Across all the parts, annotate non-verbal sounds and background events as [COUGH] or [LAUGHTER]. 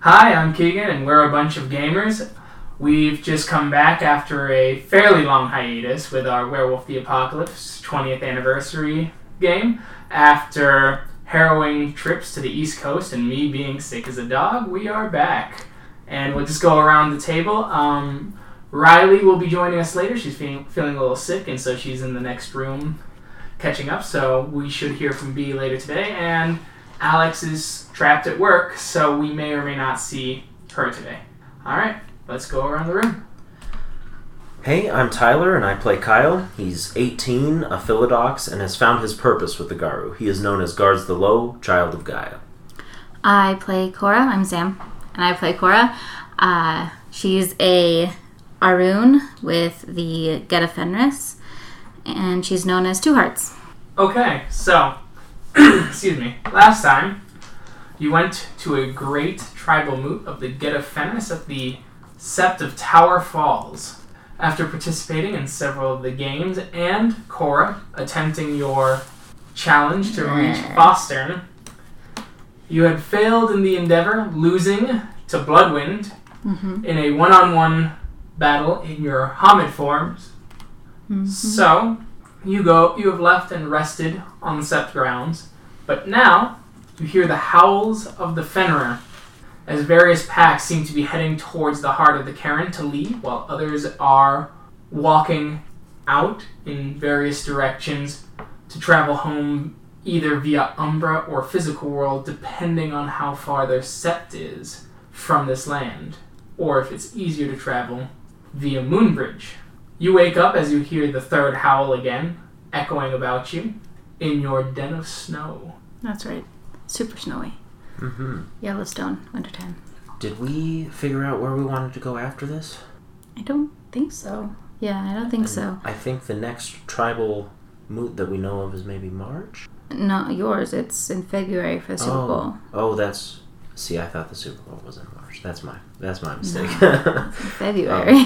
Hi, I'm Keegan, and we're a bunch of gamers. We've just come back after a fairly long hiatus with our Werewolf the Apocalypse 20th anniversary game. After harrowing trips to the East Coast and me being sick as a dog, we are back. And we'll just go around the table. Um, Riley will be joining us later. She's feeling, feeling a little sick, and so she's in the next room catching up, so we should hear from B later today. And Alex is trapped at work, so we may or may not see her today. All right, let's go around the room. Hey, I'm Tyler, and I play Kyle. He's 18, a Philodox, and has found his purpose with the Garu. He is known as Guards the Low, Child of Gaia. I play Cora. I'm Sam, and I play Cora. Uh, she's a Arun with the Geta Fenris, and she's known as Two Hearts. Okay, so, [CLEARS THROAT] excuse me, last time you went to a great tribal moot of the Geta Fenris at the Sept of Tower Falls. After participating in several of the games and Cora attempting your challenge to reach Yeah. Fostern, you had failed in the endeavor, losing to Bloodwind Mm-hmm. in a one-on-one battle in your Hamid forms. Mm-hmm. So you go, you have left and rested on the Sept grounds, but now you hear the howls of the Fenrir as various packs seem to be heading towards the heart of the Karen to leave, while others are walking out in various directions to travel home either via Umbra or physical world, depending on how far their Sept is from this land, or if it's easier to travel via Moonbridge. You wake up as you hear the third howl again, echoing about you in your den of snow. That's right. Super snowy. Mm-hmm. Yellowstone, wintertime. Did we figure out where we wanted to go after this? I don't think so. Yeah, I don't think so. I think the next tribal moot that we know of is maybe March? Not yours. It's in February for the Super Oh. Bowl. Oh, that's. See, I thought the Super Bowl was in March. That's my that's my mistake. [LAUGHS] February.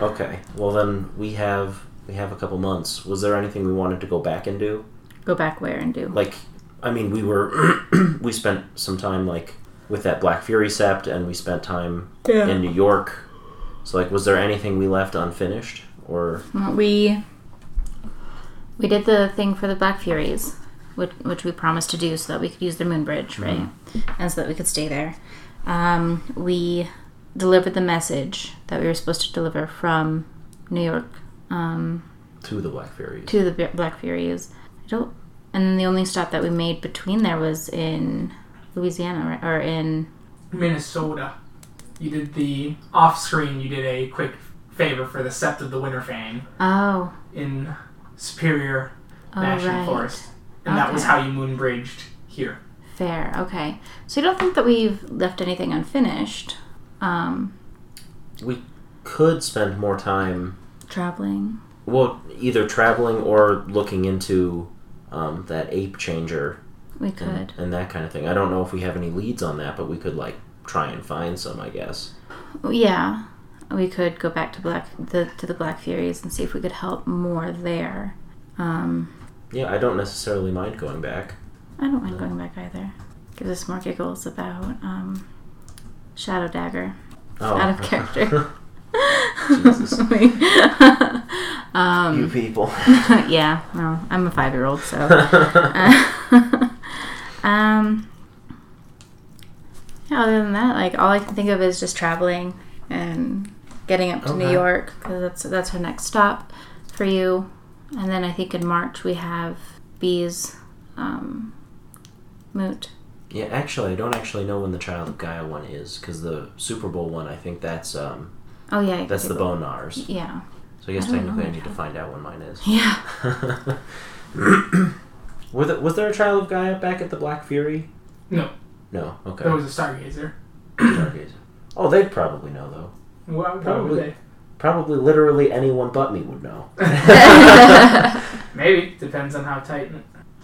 okay. Well, then we have we have a couple months. Was there anything we wanted to go back and do? [LAUGHS] Go back where and do. like I mean we were [CLEARS THROAT] we spent some time like with that Black Fury sept and we spent time Yeah. in New York. So like was there anything we left unfinished or We we did the thing for the Black Furies, which, which we promised to do so that we could use the Moon Bridge, right? Mm-hmm. And so that we could stay there. Um, we delivered the message that we were supposed to deliver from New York um, to the Black Furies? to the B- Black Furies. I don't, and then the only stop that we made between there was in Louisiana, right? Or in Minnesota. You did the off screen, you did a quick favor for the Sept of the Winterfang oh, in Superior oh National right. Forest. And that was Okay. how you moonbridged here. Fair. Okay. So you don't think that we've left anything unfinished? Um, We could spend more time traveling. well either traveling or looking into um, that ape changer We and, could. and that kind of thing. I don't know if we have any leads on that, but we could like try and find some, I guess. Yeah. We could go back to black the to the Black Furies and see if we could help more there. Um, Yeah, I don't necessarily mind going back. I don't mind going back either. Gives us more giggles about um, Shadow Dagger. [LAUGHS] Oh. Out of character. [LAUGHS] Jesus. [LAUGHS] um, you people. [LAUGHS] yeah, well, I'm a five year old, so. [LAUGHS] um, yeah, other than that, like all I can think of is just traveling and getting up to New Okay. York because that's that's our next stop for you. And then I think in March we have bees, um, moot. [LAUGHS] Yeah, actually, I don't actually know when the Child of Gaia one is because the Super Bowl one, I think that's um Oh yeah, I that's the guess- Bonars. Yeah, So I guess I don't technically know I need to that. find out when mine is. [LAUGHS] [LAUGHS] yeah. Were there, was there a Child of Gaia back at the Black Fury? No, No. Okay. [CLEARS THROAT] there was a stargazer. Stargaze. Oh, they'd probably know though. What, what Probably. would they? Probably literally anyone but me would know. [LAUGHS] [LAUGHS] Maybe. Depends on how tight,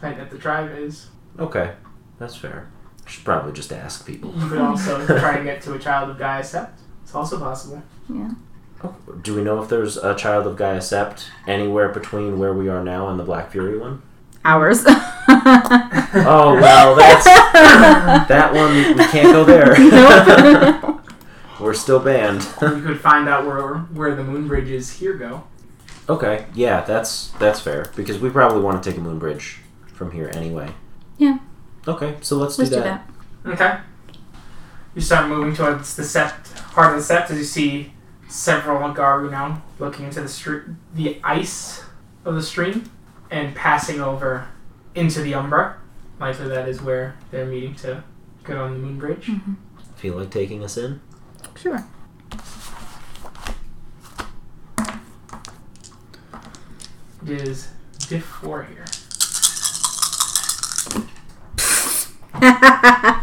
tight that the tribe is. Okay, that's fair. I should probably just ask people. You could [LAUGHS] also try and get to a child of Gaia Sept. It's also possible. yeah. Oh, do we know if there's a Child of Gaia [LAUGHS] sept anywhere between where we are now and the Black Fury one? Hours. Oh well, that's that one. We can't go [LAUGHS] there. nope. [LAUGHS] We're still banned. [LAUGHS] you could find out where where the moon bridge is here go. okay, yeah, that's that's fair because we probably want to take a moon bridge from here anyway. Yeah. Okay, so let's, Let's do, do that. that. Okay. You start moving towards the sept part of the sept as you see several Garu now looking into the stre- the ice of the stream and passing over into the Umbra. Likely that is where they're meeting to get on the moon bridge. Feel like taking us in? Sure. It is diff four here. [LAUGHS]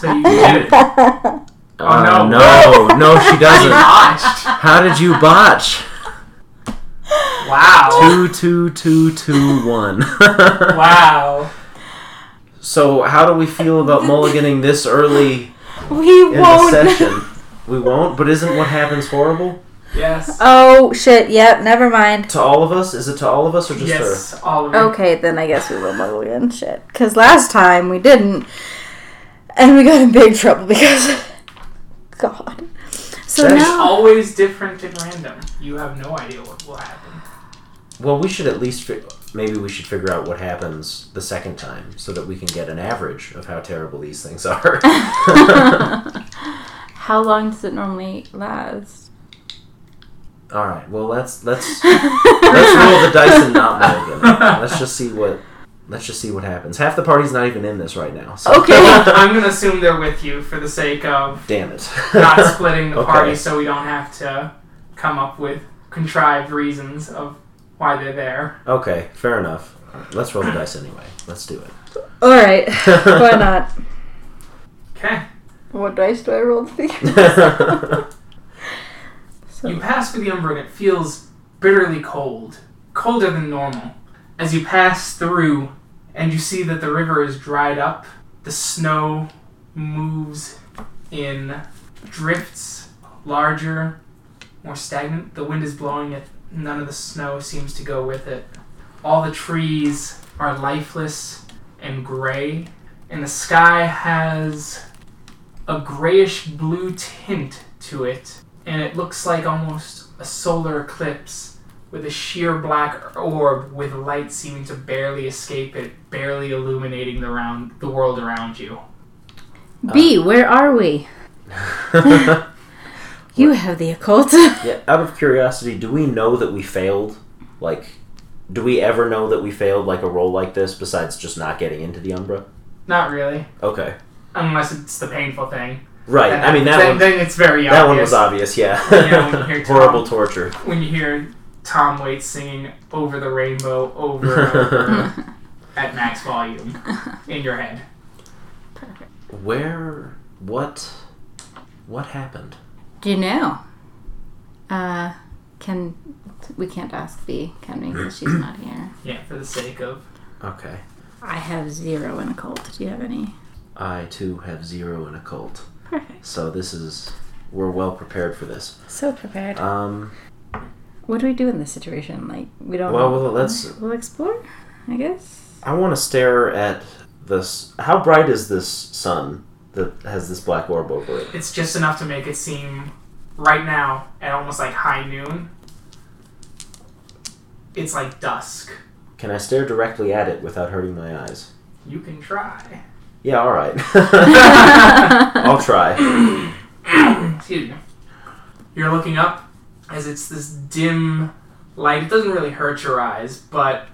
So [LAUGHS] you did it. Oh, no. Uh, no, no, she You doesn't. botched. How did you botch? Wow. Two, two, two, two, one. [LAUGHS] Wow. So, how do we feel about mulliganing this early we in the session? We won't, but isn't what happens horrible Yes. Oh shit! Yep. Never mind. to all of us? Is it to all of us or just her? yes. All of it. Okay, then I guess we will muggle in shit. Because last time we didn't, and we got in big trouble because [LAUGHS] God. So That's It's now [LAUGHS] always different and random. You have no idea what will [LAUGHS] happen. Well, we should at least fi- maybe we should figure out what happens the second time so that we can get an average of how terrible these things are. How long does it normally last? all right. Well, let's let's let's roll the dice and not mulligan. Let's just see what let's just see what happens. Half the party's not even in this right now. So [LAUGHS] Okay. I'm gonna assume they're with you for the sake of damn it. [LAUGHS] not splitting the Okay. party, so we don't have to come up with contrived reasons of why they're there. Okay, fair enough. Let's roll the dice anyway. Let's do it. All right. Why [LAUGHS] not? Okay, What dice do I roll to figure? [LAUGHS] [LAUGHS] you pass through the Umbra and it feels bitterly cold, colder than normal. As you pass through, and you see that the river is dried up, the snow moves in drifts larger, more stagnant. The wind is blowing it. None of the snow seems to go with it. All the trees are lifeless and gray, and the sky has a grayish blue tint to it, and it looks like almost a solar eclipse with a sheer black orb with light seeming to barely escape it, barely illuminating the round the world around you. B, where are we? You have the occult. [LAUGHS] yeah, out of curiosity, do we know that we failed? Like, do we ever know that we failed like a roll like this besides just not getting into the Umbra? Not really. Okay. Unless it's the painful thing. Right. I mean that then, one Then it's very that one obvious. was obvious, yeah. Yeah, when [LAUGHS] you hear Tom. Horrible torture. When you hear Tom Waits singing "Over the Rainbow" over and over at max volume in your head. Where what what happened? Do you know? Uh, can we can't ask B, can we? 'Cause she's not here. Yeah, for the sake of Okay. I have zero in occult. Do you have any? I too have zero in occult. Perfect. So this is we're well prepared for this. So prepared. Um What do we do in this situation? Like we don't. well, well let's We'll explore, I guess. I want to stare at this. How bright is this sun that has this black orb over it? it's just enough to make it seem right now at almost like high noon. It's like dusk. Can I stare directly at it without hurting my eyes? You can try. Yeah, all right. I'll try. Excuse me. You're looking up as it's this dim light. It doesn't really hurt your eyes, but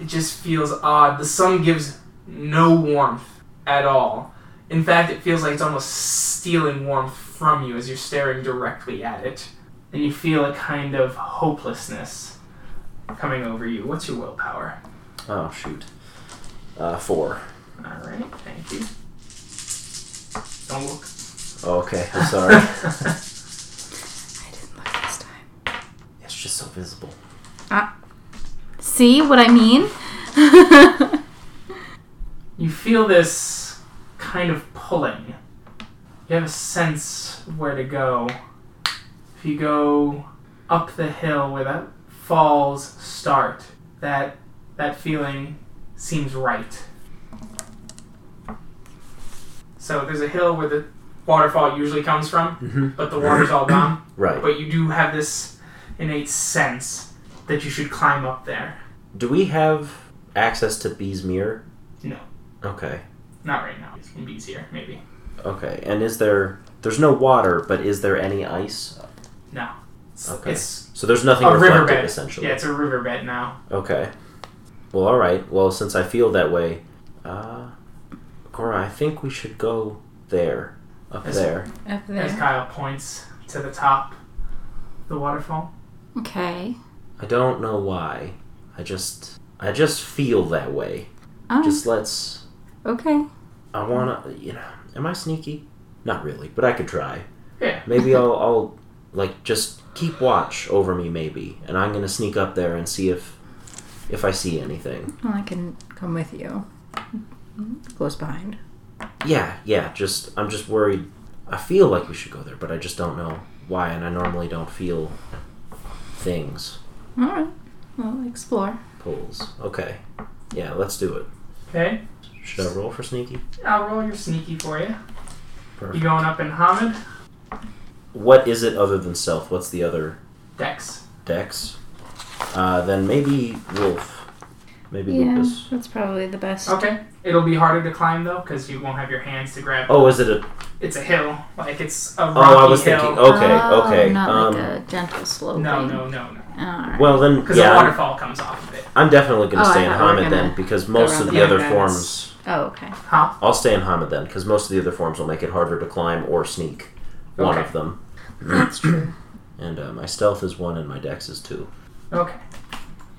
it just feels odd. The sun gives no warmth at all. In fact, it feels like it's almost stealing warmth from you as you're staring directly at it. And you feel a kind of hopelessness coming over you. What's your willpower? Oh shoot. Uh, four. Alright, thank you. Don't look. Oh, okay, I'm sorry. I didn't look this time. it's just so visible. See what I mean? you feel this kind of pulling. You have a sense of where to go. If you go up the hill where that falls start, that that feeling seems right. So there's a hill where the waterfall usually comes from, Mm-hmm. but the water's all gone. Right. But you do have this innate sense that you should climb up there. Do we have access to Bee's mirror? No. Okay. Not right now. It can be easier, maybe. Okay. And is there? There's no water, but is there any ice? No. It's, Okay. it's So there's nothing A reflected, riverbed. essentially. yeah, it's a riverbed now. Okay. Well, all right. Well, since I feel that way, uh, Cora, I think we should go there, up Yes. there. [LAUGHS] Up As Kyle points to the top, the waterfall. Okay. I don't know why. I just, I just feel that way. Oh, Just let's. okay. I wanna, you know. Am I sneaky? Not really, but I could try. Yeah. Maybe I'll, I'll, like, just keep watch over me, maybe, and I'm gonna sneak up there and see if, if I see anything. Well, I can come with you. Close behind. Yeah, yeah. Just, I'm just worried. I feel like we should go there, but I just don't know why, and I normally don't feel things All right. Well, explore. pulls. Okay, yeah, let's do it. Okay. Should I roll for sneaky? I'll roll your sneaky for you. You Perfect. going up in Hamid? What is it other than self? What's the other Dex. dex? Uh, then maybe Wolf. Maybe Yeah, Lucas. that's probably the best. Okay. It'll be harder to climb though, because you won't have your hands to grab. Oh, is it a? It's a hill. Like it's a rocky Oh, I was hill. thinking. Okay, okay. Oh, Not um, like a gentle slope. No, no, no, no. All right. Well, then, Because yeah, the I'm, waterfall comes off of it. I'm definitely going Oh, to I stay in thought we were Hamid gonna then because go most around of the the other back. forms. oh, [CLEARS THROAT] okay. Huh? I'll stay in Hamid then because most of the other forms will make it harder to climb or sneak. One Okay. of them. That's true. And uh, my stealth is one and my dex is two. Okay.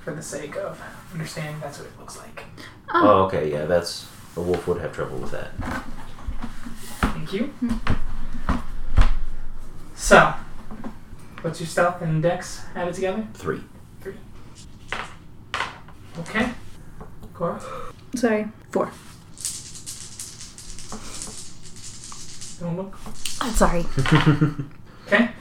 For the sake of understanding, that's what it looks like. Oh. Oh, okay, yeah, that's. A wolf would have trouble with that. Thank you. So, what's your stealth and dex added together? Three. Okay. Cora, Sorry. Four. don't look. I'm sorry. Okay.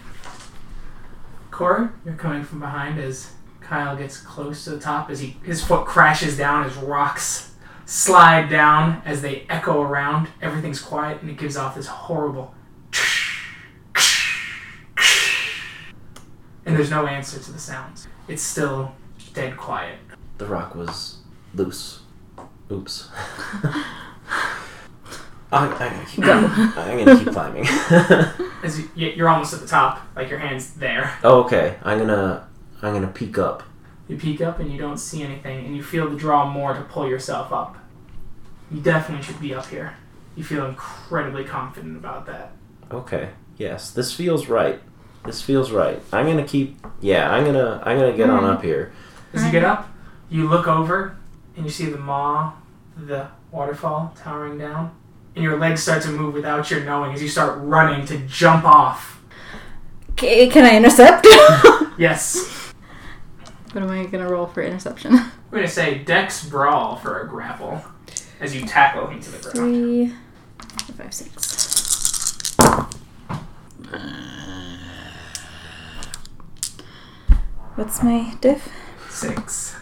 Cora, you're coming from behind as Kyle gets close to the top as he his foot crashes down as rocks slide down as they echo around. Everything's quiet and it gives off this horrible and there's no answer to the sounds. It's still dead quiet. the rock was loose. Oops. I, I'm, gonna keep, Go. I'm gonna keep climbing. [LAUGHS] As you, y- you're almost at the top, like your hands there. oh, okay. I'm gonna I'm gonna peek up. You peek up and you don't see anything, and you feel the draw more to pull yourself up. You definitely should be up here. You feel incredibly confident about that. Okay. Yes, this feels right. This feels right. I'm gonna keep. Yeah, I'm gonna. I'm gonna get on Alright. up here. As you get up, you look over and you see the maw, the waterfall towering down, and your legs start to move without your knowing as you start running to jump off. Okay, can I intercept? [LAUGHS] what Yes, am I gonna roll for interception? we're gonna say Dex Brawl for a grapple as you tackle him to the ground. Three, four, five, six. What's my diff? Six.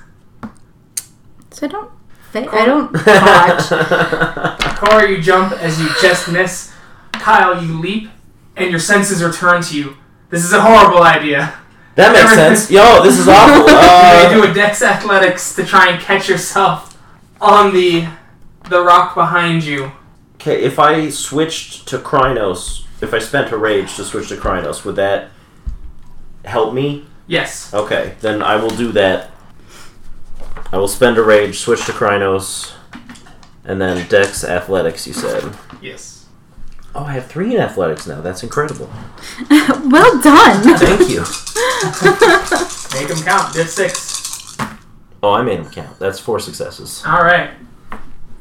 So I don't. Fa- Cool. I don't. [LAUGHS] [LAUGHS] Cora, you jump as you just miss. Kyle, you leap, and your senses return to you. This is a horrible idea. that makes sense. Yo, this is awful. you Uh, do a dex athletics to try and catch yourself on the the rock behind you. okay, if I switched to Krynos, if I spent a rage to switch to Krynos, would that help me? Yes. Okay, then I will do that. I will spend a rage, switch to Krynos, and then Dex Athletics. You said. Yes. Oh, I have three in athletics now. That's incredible. well [LAUGHS] done. Thank you. Make them count. Did six. Oh, I made him count. That's four successes. All right.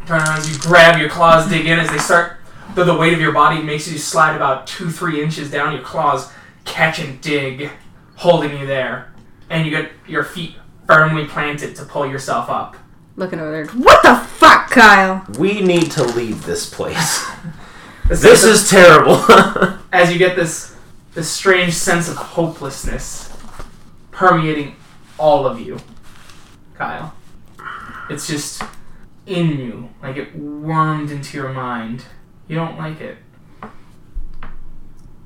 Turn around as you grab your claws, dig in as they start. Though the weight of your body makes you slide about two, three inches down, your claws catch and dig, holding you there, and you get your feet firmly planted to pull yourself up. Looking over there. What the fuck, Kyle? We need to leave this place. The sense This of- is terrible. [LAUGHS] as you get this this strange sense of hopelessness permeating all of you, Kyle. It's just in you, like it wormed into your mind, You don't like it.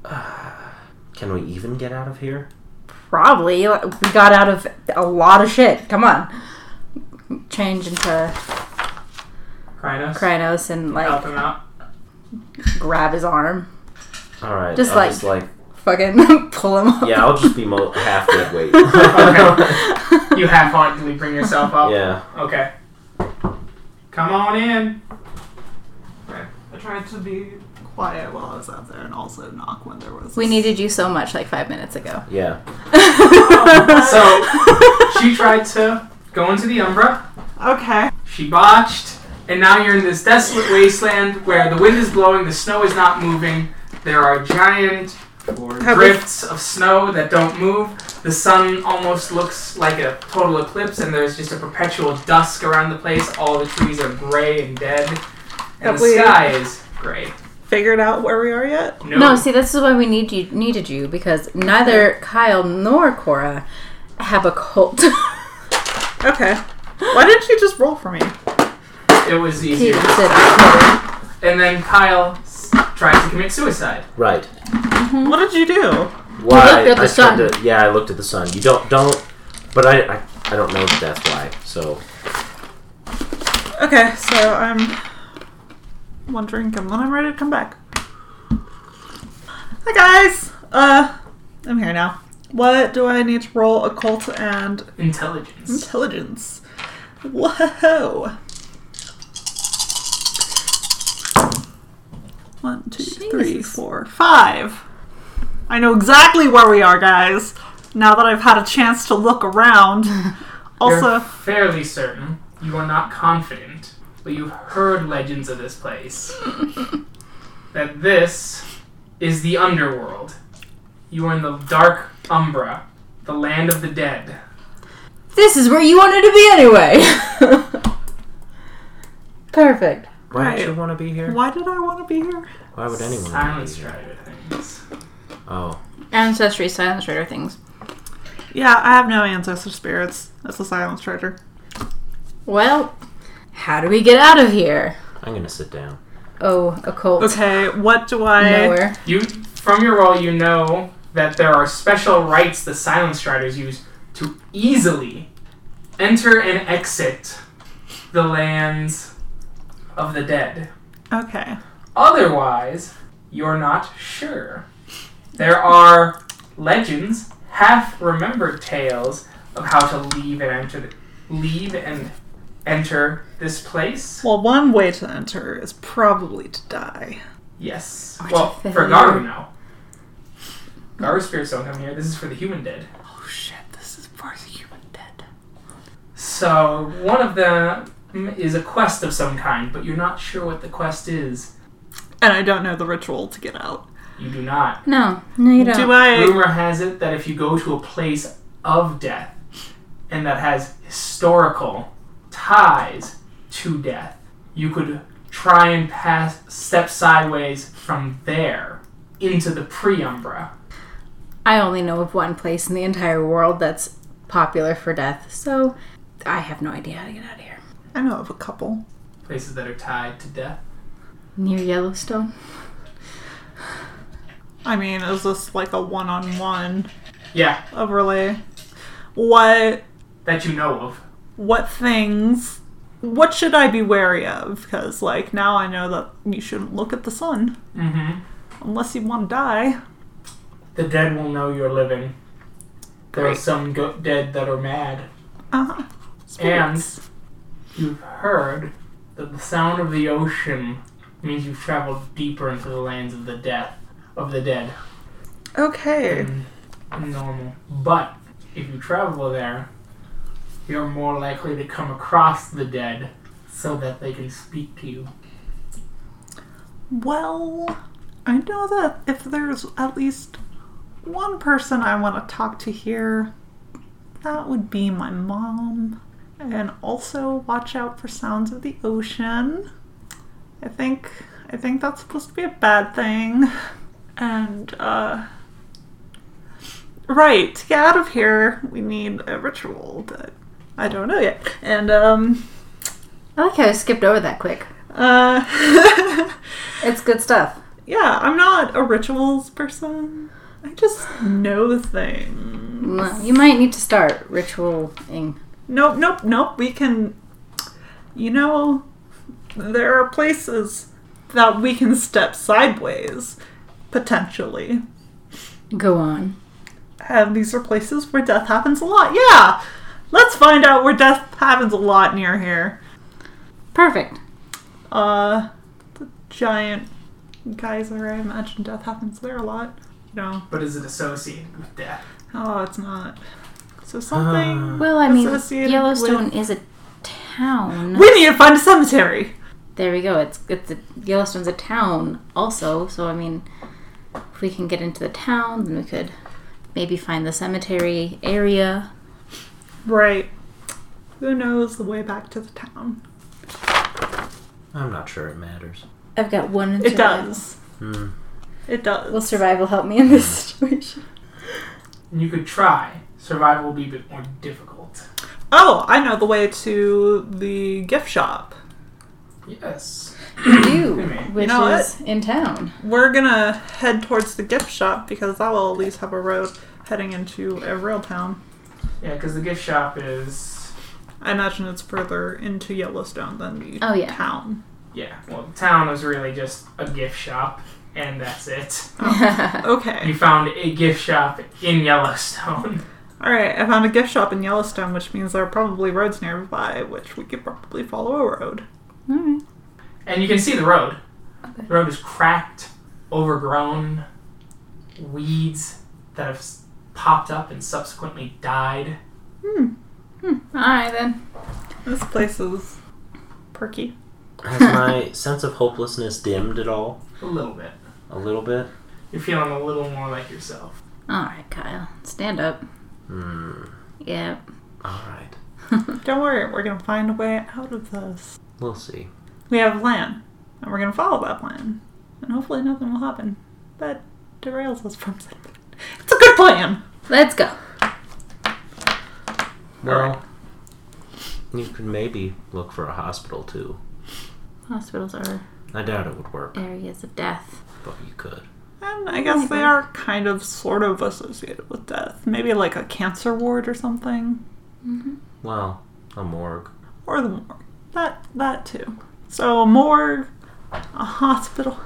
Can we even get out of here? Probably. We got out of a lot of shit. Come on. Change into Krynos. Krynos and Help like him out. grab his arm. All right. Just I'll like- just like Fucking [LAUGHS] pull him up. yeah, I'll just be mo- half dead [LAUGHS] weight. [LAUGHS] You half heartedly bring yourself up. yeah. Okay. Come on in. I tried to be quiet while I was out there and also knock when there was. we a- needed you so much like five minutes ago. Yeah. [LAUGHS] So she tried to go into the Umbra. Okay. She botched, and now you're in this desolate wasteland where the wind is blowing, the snow is not moving. There are giant drifts of snow that don't move. The sun almost looks like a total eclipse, and there's just a perpetual dusk around the place. All the trees are gray and dead, and Have the we- sky is gray. Figured out where we are yet? No, [LAUGHS] No, see, this is why we need you needed you because neither Kyle nor Cora have a cult. [LAUGHS] Okay. Why didn't you just roll for me? it was He easier. said, "No." And then Kyle s- tries to commit suicide. Right. Hmm? What did you do? Why? looked at the I sun. started- yeah, I looked at the sun. You don't don't. But I I, I don't know that that's why. So Okay, so I'm one drink and then I'm ready to come back. Hi guys! Uh, I'm here now. What do I need to roll? Occult and Intelligence. intelligence. Whoa! One, two, three, Jesus. four, five. I know exactly where we are, guys. Now that I've had a chance to look [LAUGHS] around. You're Hmm? Also, fairly certain. You are not confident, but you've heard legends of this place. that this is the underworld. You are in the dark Umbra, the land of the dead. This is where you wanted to be anyway. [LAUGHS] Perfect. why Right. don't you want to be here? why did I want to be here? Why would anyone? wanna be Silence here? Strider things. Oh, Ancestry, silence, raider things. Yeah, I have no ancestor spirits. That's a silence treasure. Well, how do we get out of here? I'm gonna sit down. Oh, occult. Okay, what do I? Nowhere. You, from your role, you know that there are special rites the Silence Riders use to easily enter and exit the lands of the dead. Okay, Otherwise, you're not sure. There are legends, half remembered tales of how to leave and enter the, leave and enter this place. well, one way to enter is probably to die. Yes. What Well, the for hell? Garu now. Garu spirits don't come here. This is for the human dead. Oh shit! This is for the human dead. So one of them is a quest of some kind, but you're not sure what the quest is. And I don't know the ritual to get out. You do not. No, no, you don't. Do I? Rumor has it that if you go to a place of death and that has historical ties to death, you could try and pass step sideways from there into the pre-umbra. I only know of one place in the entire world that's popular for death, so I have no idea how to get out of here. I know of a couple. Places that are tied to death. Near Yellowstone? I mean, is this like a one-on-one Yeah, overlay? What? that you know of. What things? What should I be wary of? Because like now I know that you shouldn't look at the sun Mm-hmm. unless you want to die. The dead will know you're living. There are Great. some go- dead that are mad. Uh-huh. And Spirits. you've heard that the sound of the ocean means you've traveled deeper into the lands of the death of the dead okay. than normal. But if you travel there, you're more likely to come across the dead so that they can speak to you. Well, I know that if there's at least one person I want to talk to here, that would be my mom. And also watch out for sounds of the ocean. I think I think that's supposed to be a bad thing. And uh Right, to get out of here, we need a ritual that I don't know yet. And um I like how I skipped over that quick. Uh, [LAUGHS] It's good stuff. yeah, I'm not a rituals person. I just know things. Well, You might need to start ritualing. Nope, nope, nope. We can. You know, there are places that we can step sideways, potentially. Go on. And these are places where death happens a lot. Yeah! Let's find out where death happens a lot near here. Perfect. Uh, the giant geyser, I imagine death happens there a lot. You know, But is it associated with death? oh, it's not. So something. Well, I mean, Associated Yellowstone is a town. we need to find a cemetery! There we go. It's it's a, Yellowstone's a town also. So I mean, if we can get into the town, then we could maybe find the cemetery area. Right. Who knows the way back to the town? I'm not sure it matters. I've got one. In It does. Hmm. It does. Will survival help me in this [LAUGHS] situation? And you could try. Survival will be a bit more difficult. Oh, I know the way to the gift shop. Yes. Do man. which know what? is in town. We're gonna head towards the gift shop because that will at least have a road heading into a real town. Yeah, because the gift shop is. I imagine it's further into Yellowstone than the Oh, yeah. town. Yeah, well, the town was really just a gift shop, and that's it. Okay. You found a gift shop in Yellowstone. Alright, I found a gift shop in Yellowstone, which means there are probably roads nearby, which we could probably follow a road. [LAUGHS] All right. And you can see the road. Okay. The road is cracked, overgrown, weeds that have s- popped up and subsequently died. All right then. This place is perky. Has my [LAUGHS] sense of hopelessness dimmed at all? A little bit. A little bit? You're feeling a little more like yourself. All right, Kyle, stand up. Hmm. Yeah. Alright. Don't worry, we're gonna find a way out of this. We'll see. We have a plan, and we're gonna follow that plan. And hopefully nothing will happen. That derails us from something. It's a good plan! Let's go. Well, you could maybe look for a hospital too. Hospitals are I doubt it would work, areas of death. but you could. And I guess they are kind of sort of associated with death. Maybe like a cancer ward or something. Well, a morgue. Or the morgue. That that too. So a morgue, a hospital,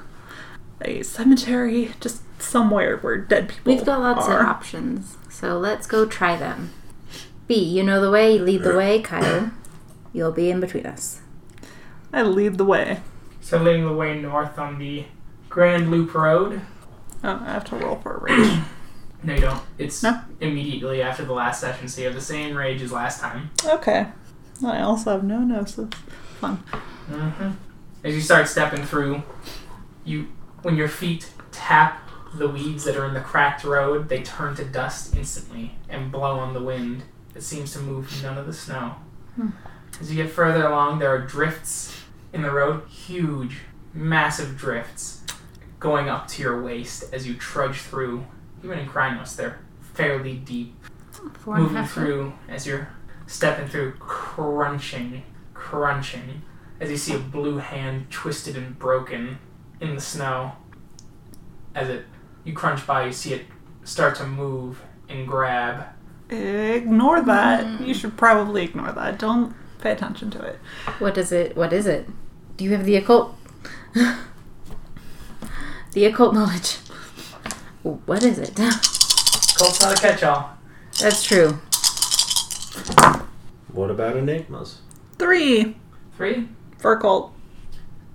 a cemetery, just somewhere where dead people We've got lots are. of options, so let's go try them. B, you know the way, you lead the way, Kyle. You'll be in between us. I lead the way. So leading the way north on the Grand Loop Road. Oh, I have to roll for a rage. No, you don't. It's No. immediately after the last session, so you have the same rage as last time. okay. I also have no gnosis. Fun. hmm As you start stepping through, you when your feet tap the weeds that are in the cracked road, they turn to dust instantly and blow on the wind that seems to move none of the snow. As you get further along, there are drifts in the road, huge, massive drifts going up to your waist as you trudge through. Even in Krynos, they're fairly deep Four and a moving half foot. through as you're stepping through, crunching, crunching, as you see a blue hand twisted and broken in the snow. As it you crunch by, you see it start to move and grab. Ignore that. You should probably ignore that. Don't pay attention to it. What is it? What is it? Do you have the occult? [LAUGHS] the occult knowledge. What is it? [LAUGHS] Colt's not a catch-all. That's true. What about enigmas? Three Three. for cult.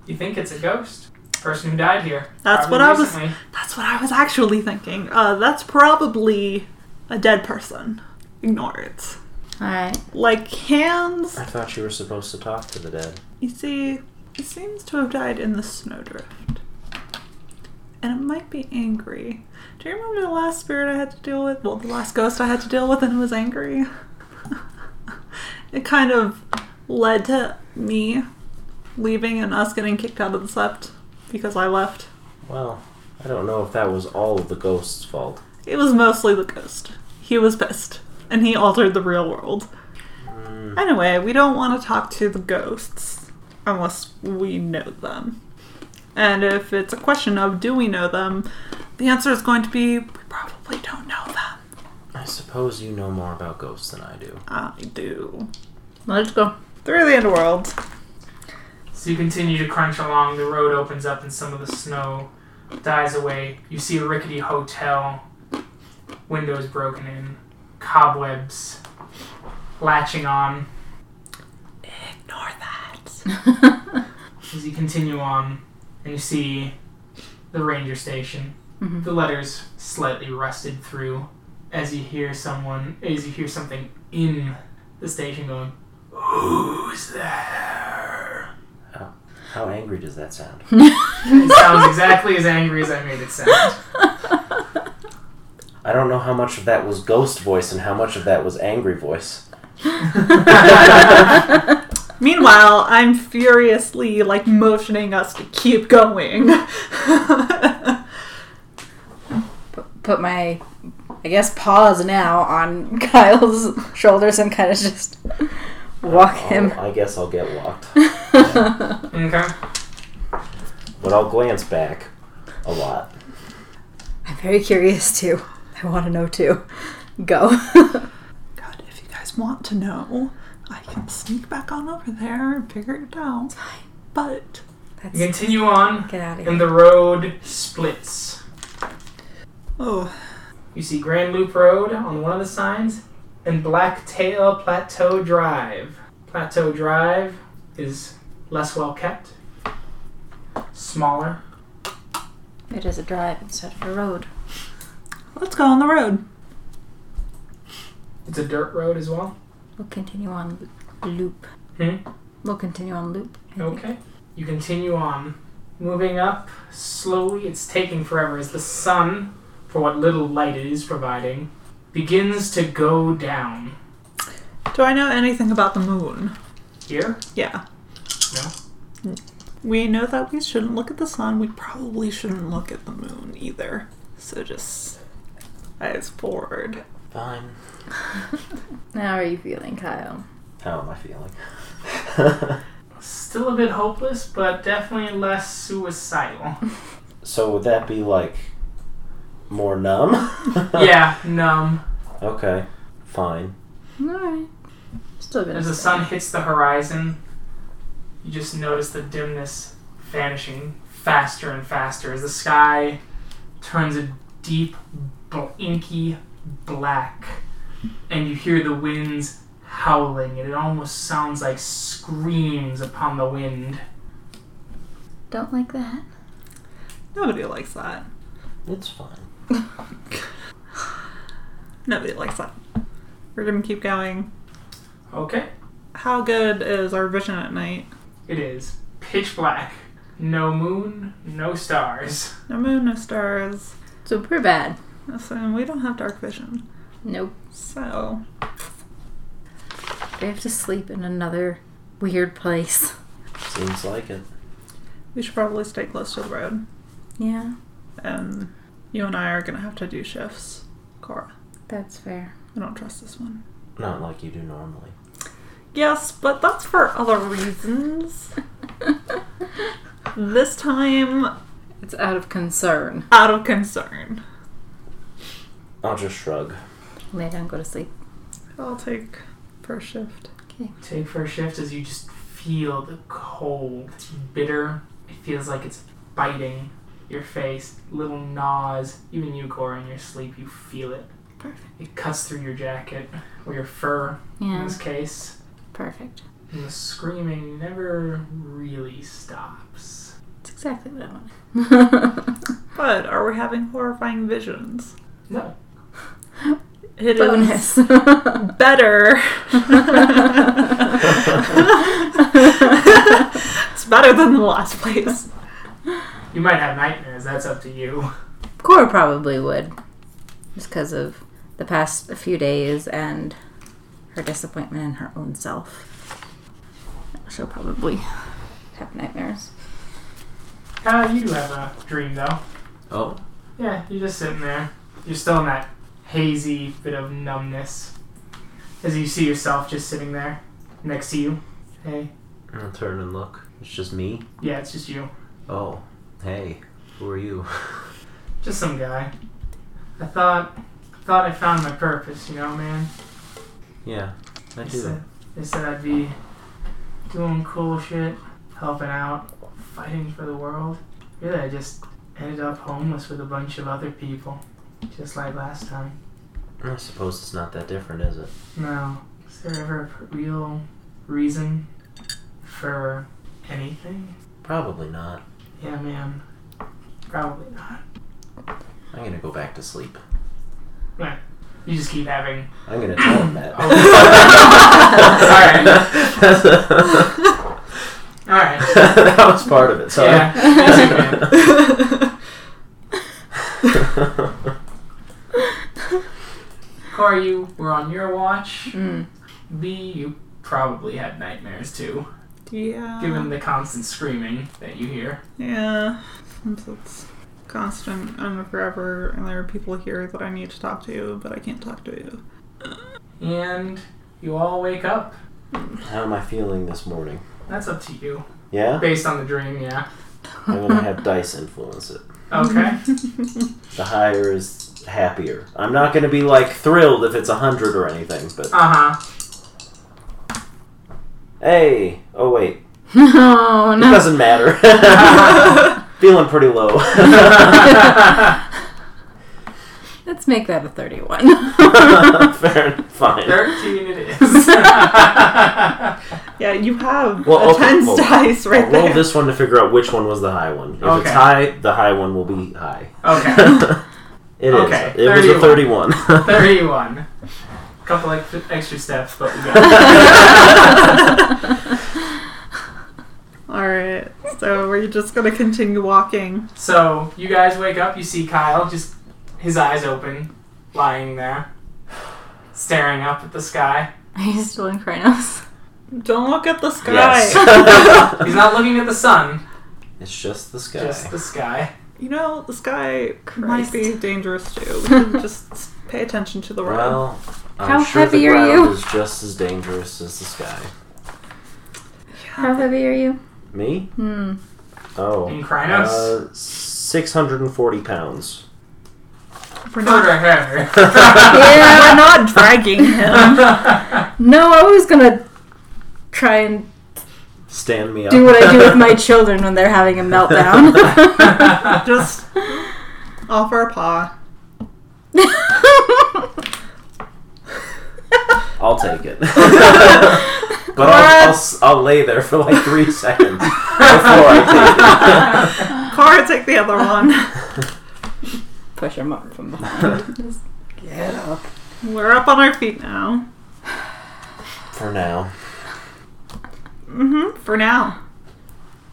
You think it's a ghost? Person who died here. That's probably what I was- recently. That's what I was actually thinking. Uh, that's probably a dead person. Ignore it. All right. Like hands. I thought you were supposed to talk to the dead. You see, he seems to have died in the snowdrift. And it might be angry. Do you remember the last spirit I had to deal with? Well, the last ghost I had to deal with and it was angry. [LAUGHS] it kind of led to me leaving and us getting kicked out of the sept because I left. Well, I don't know if that was all of the ghost's fault. It was mostly the ghost. He was pissed, and he altered the real world. Anyway, we don't want to talk to the ghosts. unless we know them. And if it's a question of do we know them, the answer is going to be we probably don't know them. I suppose you know more about ghosts than I do. I do. Let's go. Through the underworld. So you continue to crunch along. The road opens up, and some of the snow dies away. You see a rickety hotel, windows broken in, cobwebs latching on. Ignore that. As you continue on, and you see the ranger station, Mhm. the letters slightly rusted through. As you hear someone, as you hear something in the station going, "Who's there?" How angry does that sound? It sounds exactly as angry as I made it sound. I don't know how much of that was ghost voice and how much of that was angry voice. Meanwhile, I'm furiously like motioning us to keep going. Put my, I guess, paws now on [LAUGHS] Kyle's shoulders and kind of just walk him. I'll- Oh, I guess I'll get walked. Okay. But I'll glance back a lot. I'm very curious too. I want to know too. Go. [LAUGHS] God, if you guys want to know, I can sneak back on over there and figure it out. But You continue on, Get out of and here. the road splits. oh, You see Grand Loop Road on one of the signs, and Blacktail Plateau Drive. Plateau Drive is less well kept, smaller. It is a drive instead of a road. let's go on the road. It's a dirt road as well. We'll continue on loop. Hmm? We'll continue on loop. I think. Okay. You continue on, moving up slowly. It's taking forever as the sun, for what little light it is providing, begins to go down. Do I know anything about the moon? Here? Yeah. No. We know that we shouldn't look at the sun. We probably shouldn't look at the moon either. So just eyes forward. Fine. How are you feeling, Kyle? How am I feeling? Still a bit hopeless, but definitely less suicidal. [LAUGHS] so would that be like more numb? [LAUGHS] yeah, numb. Okay. Fine. Alright. Still gonna. As the stay. sun hits the horizon, you just notice the dimness vanishing faster and faster as the sky turns a deep, bl- inky black, and you hear the winds howling, and it almost sounds like screams upon the wind. Don't like that. Nobody likes that. It's fine. Nobody likes that. We're gonna keep going. Okay, How good is our vision at night? it is pitch black. No moon, no stars. No moon, no stars. Super bad. Listen, we don't have dark vision. Nope. So, We have to sleep in another weird place. Seems like it. we should probably stay close to the road. Yeah, And you and I are gonna have to do shifts. Cora, that's fair. I don't trust this one. Not like you do normally. Yes, but that's for other reasons. [LAUGHS] this time, It's out of concern. out of concern. I'll just shrug. Lay down, go to sleep. I'll take first shift. Take first shift as you just feel the cold. It's bitter. It feels like it's biting your face. Little gnaws. Even you, Cora, in your sleep, you feel it. Perfect. It cuts through your jacket or your fur in Yeah, this case. perfect. And the screaming never really stops. It's exactly what I wanted. But are we having horrifying visions? No. [LAUGHS] It is Bonus. [LAUGHS] better. [LAUGHS] it's better than the last place. You might have nightmares. That's up to you. [LAUGHS] Cora probably would, just because of the past few days and her disappointment in her own self. She'll probably have nightmares. Uh, you do have a dream, though. Oh. Yeah, you're just sitting there. You're still in that hazy bit of numbness. As you see yourself just sitting there next to you. Hey, I'll turn and look. It's just me. Yeah, it's just you. Oh, hey, who are you? [LAUGHS] Just some guy. I thought I thought I found my purpose, you know, man. yeah, I They do. said, they said I'd be doing cool shit, helping out, fighting for the world. Really, I just ended up homeless with a bunch of other people, just like last time. I suppose it's not that different, is it? Now, is there ever a real reason for anything? Probably not. Yeah, man. Probably not. I'm gonna go back to sleep. You just keep having. I'm gonna tell him that. All right. [LAUGHS] that was part of it. Sorry. Yeah. Yes, Corey, you were on your watch. Mm. [LAUGHS] Lee, you probably had nightmares too, Yeah. given the constant screaming that you hear. Yeah. Since it's constant and forever, and there are people here that I need to talk to, but I can't talk to you. And you all wake up. [LAUGHS] How am I feeling this morning? That's up to you. Yeah? Based on the dream, yeah. I'm gonna have dice influence it. Okay. The higher is happier. I'm not gonna be like thrilled if it's a hundred or anything, but Uh [LAUGHS] huh. hey. Oh wait, No, it no. doesn't matter. [LAUGHS] Feeling pretty low. [LAUGHS] [LAUGHS] Let's make that a 31. Fair, enough. fine. 13 it is. Yeah, you have Well, a okay, tens well, dice right I'll roll there. this one to figure out which one was the high one. If Okay. it's high, the high one will be high. [LAUGHS] okay. [LAUGHS] It is. Okay, It was a 31. thirty-one. [LAUGHS] 31. Couple ex- extra steps, but we got it. [LAUGHS] All right, so we're just gonna continue walking. So, you guys wake up, you see Kyle, just his eyes open, lying there, staring up at the sky. [LAUGHS] Are you still in Krynos? Don't look at the sky. [LAUGHS] He's Yes. not looking at the sun, it's just the sky. just the sky. You know the sky Christ. might be dangerous too. We should just pay attention to the road. well, I'm How sure heavy the are ground you? is just as dangerous as the sky. How heavy are you? Me? Hmm. Oh. In Krynos? Uh, 640 pounds. we're Murder [LAUGHS] not. her. We're Yeah. not dragging him. No, I was gonna try and Stand me up. do what I do [LAUGHS] with my children when they're having a meltdown. just offer a paw. I'll [LAUGHS] take it. [LAUGHS] but I'll, I'll, s- I'll lay there for like three [LAUGHS] seconds before I take it. Car, take the [LAUGHS] other one. Push him up from behind. Just Get up. We're up on our feet now. [LAUGHS] For now. Mm-hmm. For now.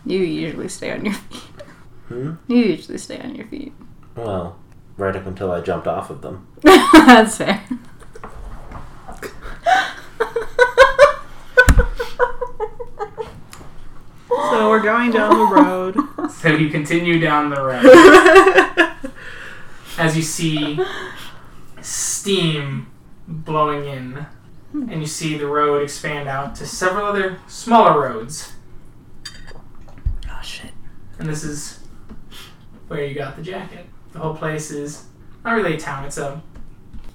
You usually stay on your feet. Hmm? You usually stay on your feet. [LAUGHS] Well, right up until I jumped off of them. That's fair. So we're going down the [LAUGHS] road. so you continue down the road as you see steam blowing in, and you see the road expand out to several other smaller roads. Oh shit. And this is where you got the jacket. The whole place is not really a town, it's a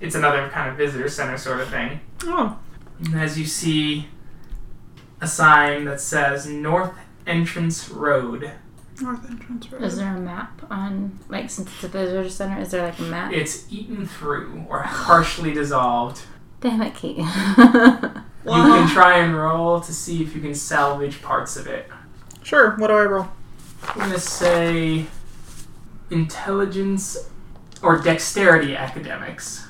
it's another kind of visitor center sort of thing. Oh, And as you see a sign that says North Entrance Road. north entrance road. Is there a map on like since it's a visitor center? Is there like a map? It's eaten through or partially dissolved. Damn it, Kate. [LAUGHS] You Wow. can try and roll to see if you can salvage parts of it. Sure. What do I roll? I'm gonna say intelligence or dexterity academics.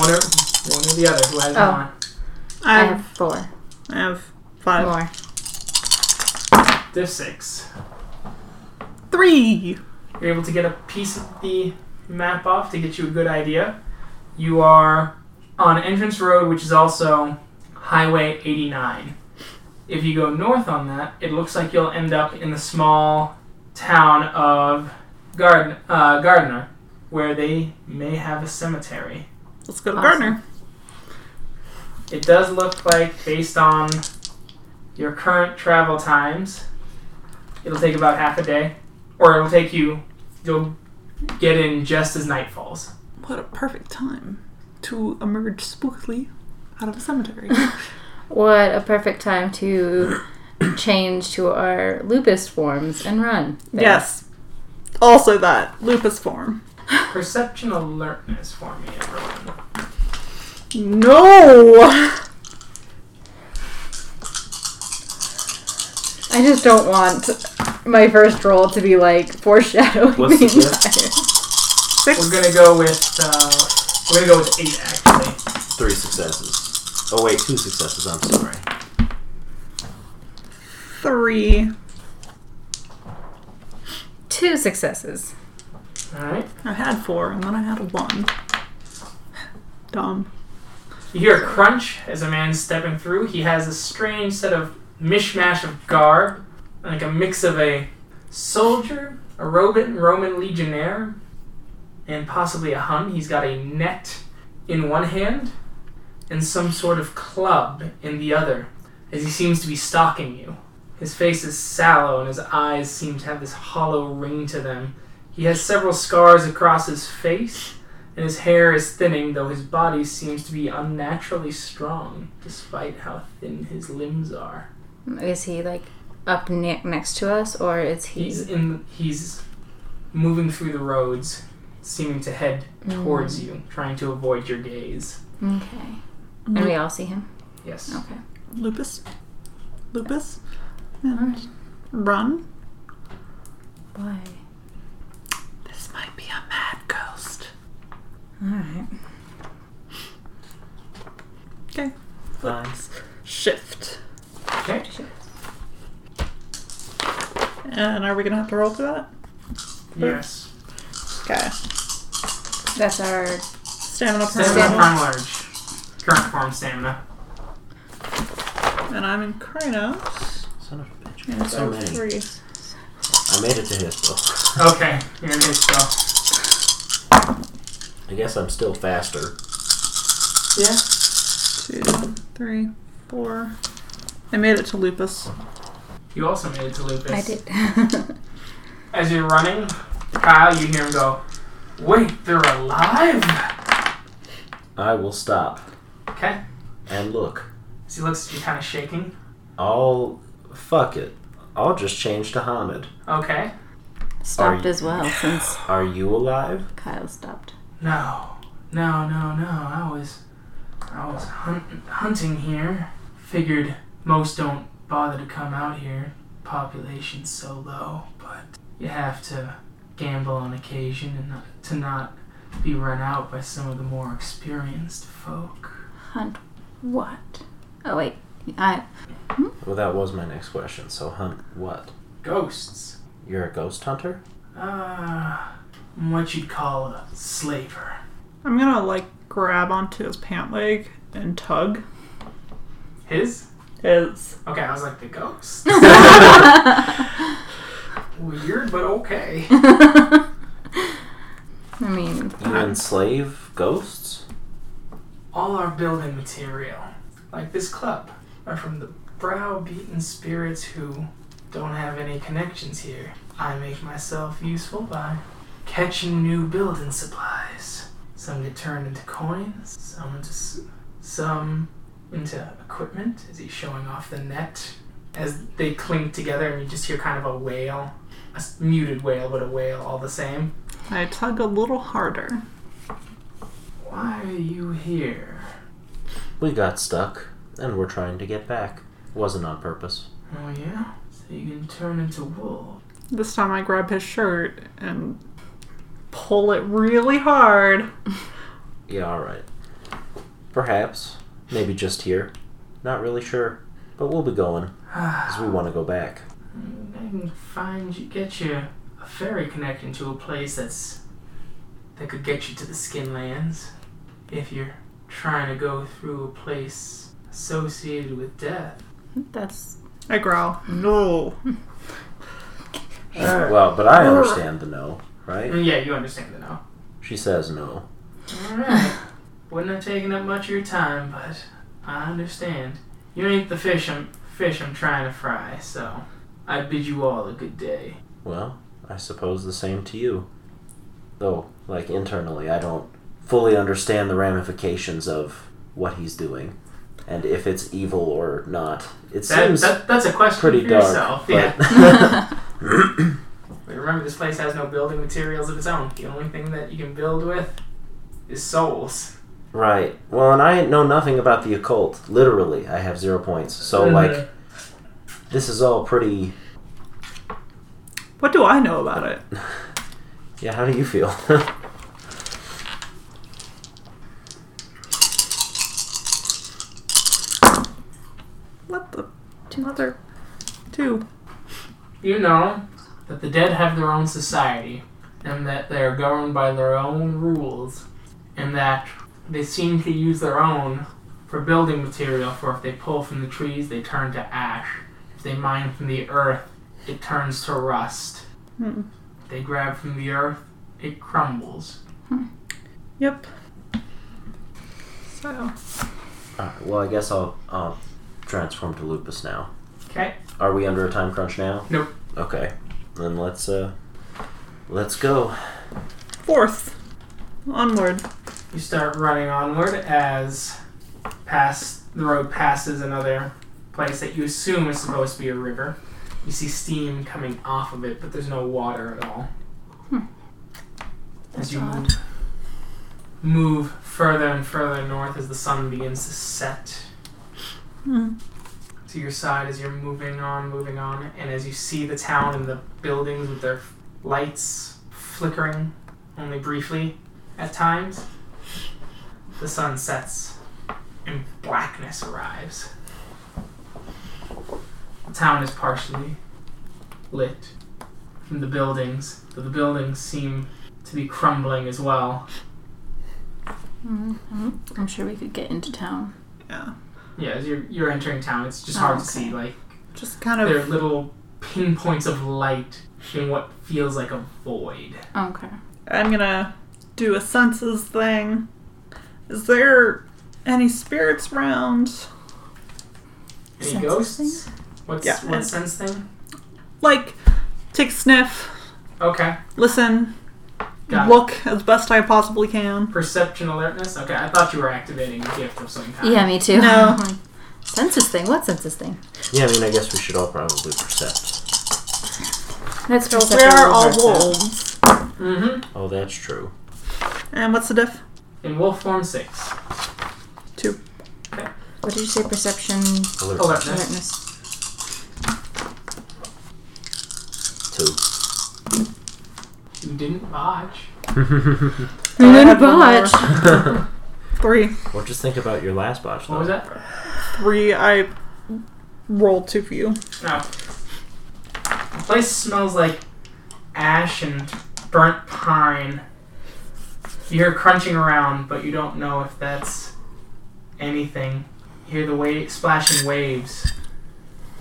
One or one or the other. Who has Oh. one? I I have have, four I have five. more. Div six. Three. You're able to get a piece of the map off to get you a good idea. You are on Entrance Road, which is also Highway 89. If you go north on that, it looks like you'll end up in the small town of Garden, uh, Gardner, where they may have a cemetery. Let's go to Awesome. Gardner. It does look like, based on your current travel times. It'll take about half a day, or it'll take you. You'll get in just as night falls. What a perfect time to emerge spookily out of a [LAUGHS] cemetery. What a perfect [COUGHS] time to change to our lupus forms and run. Thanks. yes. Also, that lupus form. Perception alertness for me, everyone. No! I just don't want my first roll to be like foreshadowing. What's the the entire- [LAUGHS] Six. We're gonna go with uh, we're gonna go with eight actually. Three successes. Oh wait, two successes. I'm sorry. Three. Two successes. All right. I had four, and then I had a one. Dumb. You hear a crunch as a man's stepping through. He has a strange set of mishmash of garb, like a mix of a soldier, a Roman, Roman legionnaire, and possibly a Hun. He's got a net in one hand and some sort of club in the other, as he seems to be stalking you. His face is sallow and his eyes seem to have this hollow ring to them. He has several scars across his face and his hair is thinning, though his body seems to be unnaturally strong, despite how thin his limbs are. Is he like up ne- next to us, or is he? He's in he's moving through the roads, seeming to head towards you, trying to avoid your gaze. Okay. Mm. And we all see him. Yes. Okay. Lupus. Lupus. Mm. And run. Why? This might be a mad ghost. All right. Okay. Nice. Shift. Okay. And are we gonna have to roll for that? Yes. Okay. That's our. Stamina per Stamina level. prime large. Current form stamina. And I'm in Krynos. Son of a bitch. And So so many. three. I made it to hit though. Okay. You're gonna hit spell. I guess I'm still faster. Yeah. Two, three, four. I made it to Lupus. You also made it to Lupus. I did. As you're running, Kyle, you hear him go, "Wait, they're alive!" I will stop Okay. and look. As he looks at you, kind of shaking. I'll fuck it. I'll just change to Hamid. Okay. [LAUGHS] stopped you- as well since Are you alive? Kyle stopped. No, no, no, no. I was, I was hunt- hunting here. Figured most don't bother to come out here. Population's so low, but you have to gamble on occasion and not, to not be run out by some of the more experienced folk. Hunt what? Oh wait. I Well, that was my next question. So hunt what? Ghosts. You're a ghost hunter? Uh, I'm what you'd call a slaver. I'm gonna like grab onto his pant leg and tug His? his. Okay, I was like the ghost. Weird, but okay. I mean, You Mm. enslave ghosts? All our building material, like this club, are from the browbeaten spirits who don't have any connections here. I make myself useful by catching new building supplies. Some get turned into coins, some into s- some into equipment. Is he showing off the net? As they clink together, and you just hear kind of a wail, a s- muted wail, but a wail all the same. I tug a little harder. Why are you here? We got stuck, and we're trying to get back. Wasn't on purpose. Oh yeah, so you can turn into wool. This time I grab his shirt and pull it really hard. Yeah, alright. Perhaps. Maybe just here. Not really sure. But we'll be going, because we want to go back. I can find you, get you a ferry connection to a place that's that could get you to the Skinlands. If you're trying to go through a place associated with death, that's [LAUGHS] I growl. No. Well, but I understand the no, right? Mm, yeah, you understand the no. She says no. All right, wouldn't have taken up much of your time, but I understand. You ain't the fish I'm fish I'm trying to fry, so I bid you all a good day. Well, I suppose the same to you. Though, like, internally, I don't fully understand the ramifications of what he's doing and if it's evil or not. It That, seems that, that's a question pretty for dark. yourself. Yeah. but- But remember, this place has no building materials of its own. The only thing that you can build with is souls. [LAUGHS] right. Well, and I know nothing about the occult. Literally, I have zero points. So, uh, like, this is all pretty. What do I know about it? Yeah, how do you feel? [LAUGHS] What the mother? Two. you know that the dead have their own society and that they're governed by their own rules and that they seem to use their own for building material for if they pull from the trees they turn to ash if they mine from the earth it turns to rust Hmm. if they grab from the earth it crumbles Yep. So Alright, well, I guess I'll, I'll transform to Lupus now. okay Are we under a time crunch now? Nope. Okay. Then let's uh let's go. fourth. Onward. You start running onward as past the road passes another place that you assume is supposed to be a river. You see steam coming off of it, but there's no water at all. As That's you odd. move further and further north as the sun begins to set Hmm. to your side as you're moving on, moving on, and as you see the town and the buildings with their lights flickering only briefly at times, the sun sets and blackness arrives. The town is partially lit from the buildings, but the buildings seem to be crumbling as well. hmm I'm sure we could get into town. Yeah. Yeah, as you're, you're entering town, it's just Oh, hard to okay. Oh. see, like, Just kind They're of little pinpoints of light in what feels like a void. okay. I'm gonna do a senses thing. Is there any spirits around? Any Sense ghosts? What's Yeah. what sense thing? Like, take a sniff, Okay. listen, Got it. look as best I possibly can. Perception alertness? Okay, I thought you were activating a gift of some kind. Yeah, me too. [LAUGHS] No. census thing. What census thing? Yeah, I mean I guess we should all probably percept. That's So we are all wolves. Mm-hmm. Oh that's true. And what's the diff? In wolf form six. Two. What did you say? Perception, Oh, Alert Alertness. alertness. You didn't botch. two. I Then had one more. botch. [LAUGHS] [LAUGHS] Three. well just think about your last botch though. What was that? Three. I rolled two for you. No. The place smells like ash and burnt pine. You hear crunching around, but you don't know if that's anything. You hear the wa- splashing waves,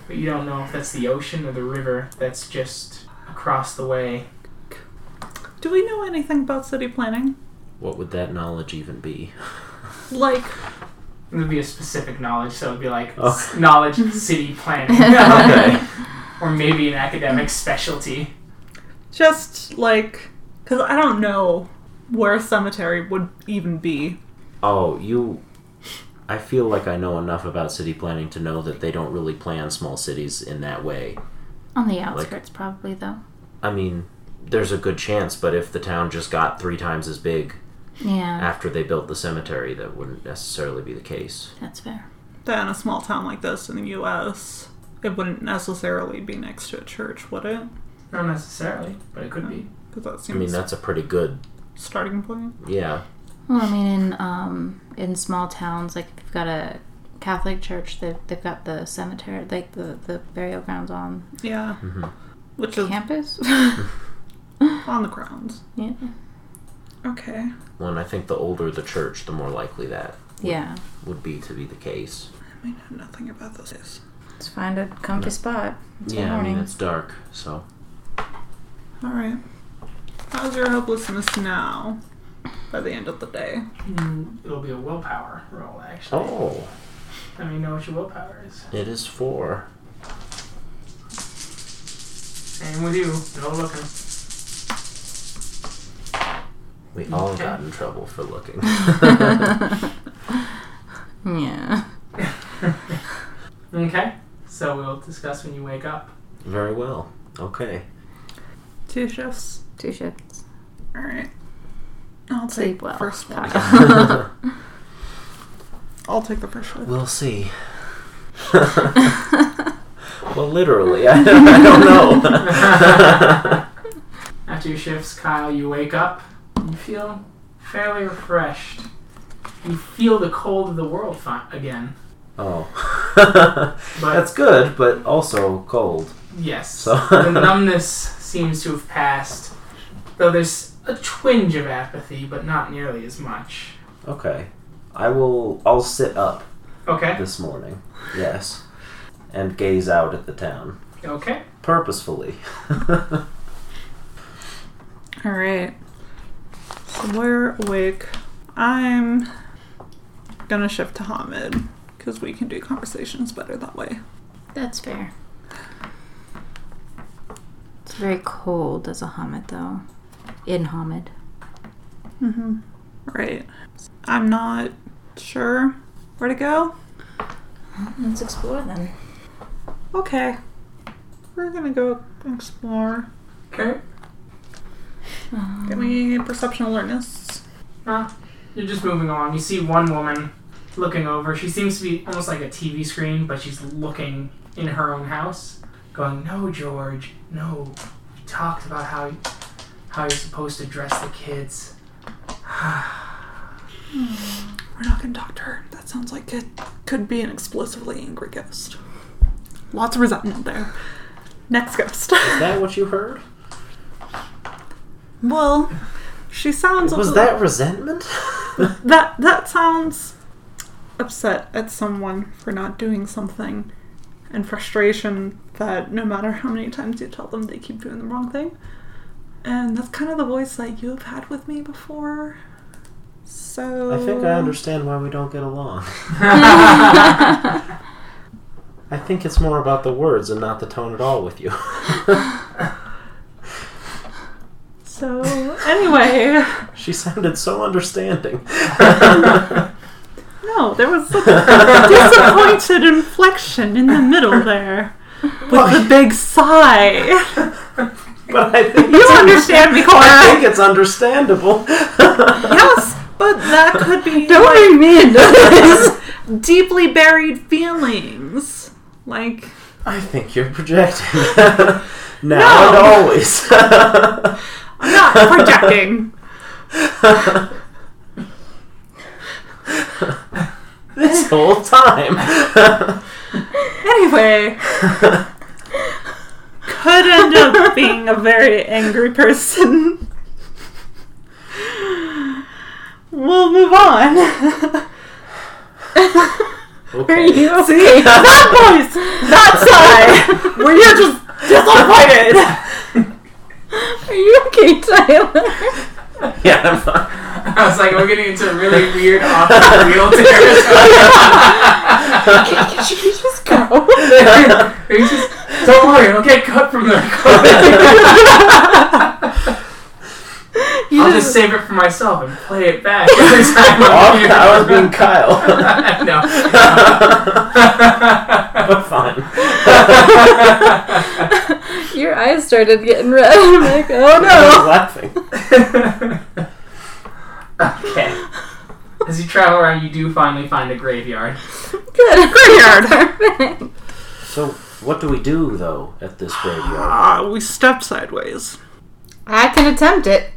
but you don't know if that's the ocean or the river that's just across the way. Do we know anything about city planning? What would that knowledge even be? Like, It would be a specific knowledge, so it would be like Oh. s- knowledge of city planning. Okay. [LAUGHS] or maybe an academic specialty. just like, because I don't know where a cemetery would even be. Oh, you I feel like I know enough about city planning to know that they don't really plan small cities in that way. On the outskirts, probably though. I mean, there's a good chance, but if the town just got three times as big Yeah, after they built the cemetery, that wouldn't necessarily be the case. that's fair. That in a small town like this in the U.S., it wouldn't necessarily be next to a church, would it? Not necessarily, but it could be. Because that I seems mean, that's a pretty good, starting point. yeah. Well, I mean, in um, in small towns, like if you've got a Catholic church, they've, they've got the cemetery, like the, the burial grounds on Yeah. Mhm. Which is [LAUGHS] campus. on the grounds. yeah. Okay. Well, and I think the older the church, the more likely that Yeah. would be to be the case. I know nothing about this. Is. Let's find a comfy spot. It's yeah, I morning. mean, it's dark, so. All right. How's your hopelessness now? By the end of the day. Mm, It'll be a willpower roll, actually. Oh, Let me know what your willpower is. It is four. Same with you. No looking. We all Okay. got in trouble for looking. [LAUGHS] [LAUGHS] yeah. Okay. So we'll discuss when you wake up. Very well. [LAUGHS] Okay. [LAUGHS] Two shifts. Two shifts. All right. I'll Sleep take well. first one. [LAUGHS] I'll take the first one. We'll see. [LAUGHS] well, literally, [LAUGHS] I, I don't know. After your shifts, Kyle, you wake up. You feel fairly refreshed. You feel the cold of the world fi- again. oh, [LAUGHS] But that's good, but also cold. yes, So- the numbness seems to have passed. Though there's a twinge of apathy, but not nearly as much. Okay, I will. I'll sit up Okay. this morning. Yes, and gaze out at the town Okay. purposefully. All right. So we're awake. I'm gonna shift to Hamid because we can do conversations better that way. That's fair. It's very cold as a Hamid, though. In Hamid. Mm-hmm. Right. I'm not sure where to go. Let's explore then. Okay. We're gonna go explore. Okay. Give me perception alertness. Uh, you're just moving along. You see one woman looking over. She seems to be almost like a TV screen, but she's looking in her own house, going, "No, George, no. We talked about how how you're supposed to dress the kids." [LAUGHS] We're not gonna talk to her. That sounds like it could be an explosively angry ghost. Lots of resentment there. Next ghost. [LAUGHS] Is that what you heard? well, she sounds a Was little- that resentment? That that sounds upset at someone for not doing something and frustration that no matter how many times you tell them they keep doing the wrong thing. And that's kind of the voice that you have had with me before. So I think I understand why we don't get along. [LAUGHS] [LAUGHS] I think it's more about the words and not the tone at all with you. [LAUGHS] So [LAUGHS] [LAUGHS] anyway, She sounded so [LAUGHS] understanding. no, there was a disappointed inflection in the middle [LAUGHS] there. With the big sigh. But I think, You understand me, I Cora. think it's understandable. Yes, but [LAUGHS] that could be like- bring me into [LAUGHS] this! deeply buried feelings. Like, I think you're projecting. [LAUGHS] now and No. [LAUGHS] always. I'm not [LAUGHS] projecting. this whole [LAUGHS] time. Anyway, could end up being a very angry person. We'll move on. okay. [LAUGHS] See? That voice! [LAUGHS] That [LAUGHS] side! Where you're just disappointed! [LAUGHS] Are you okay, Tyler? Yeah, I'm fine. I was like, "We're getting into a really weird off the real territory." Can you just go? He's just, Don't worry, it'll get cut from there. [LAUGHS] I'll just save it for myself and play it back every time All I'm here. I was being Kyle. no. but fine. Your eyes started getting red. I'm like, oh I was no! [LAUGHS] laughing. okay. As you travel around, you do finally find a graveyard. Good. Graveyard. Perfect. So, what do we do, though, at this graveyard? Ah, we step sideways. I can attempt it.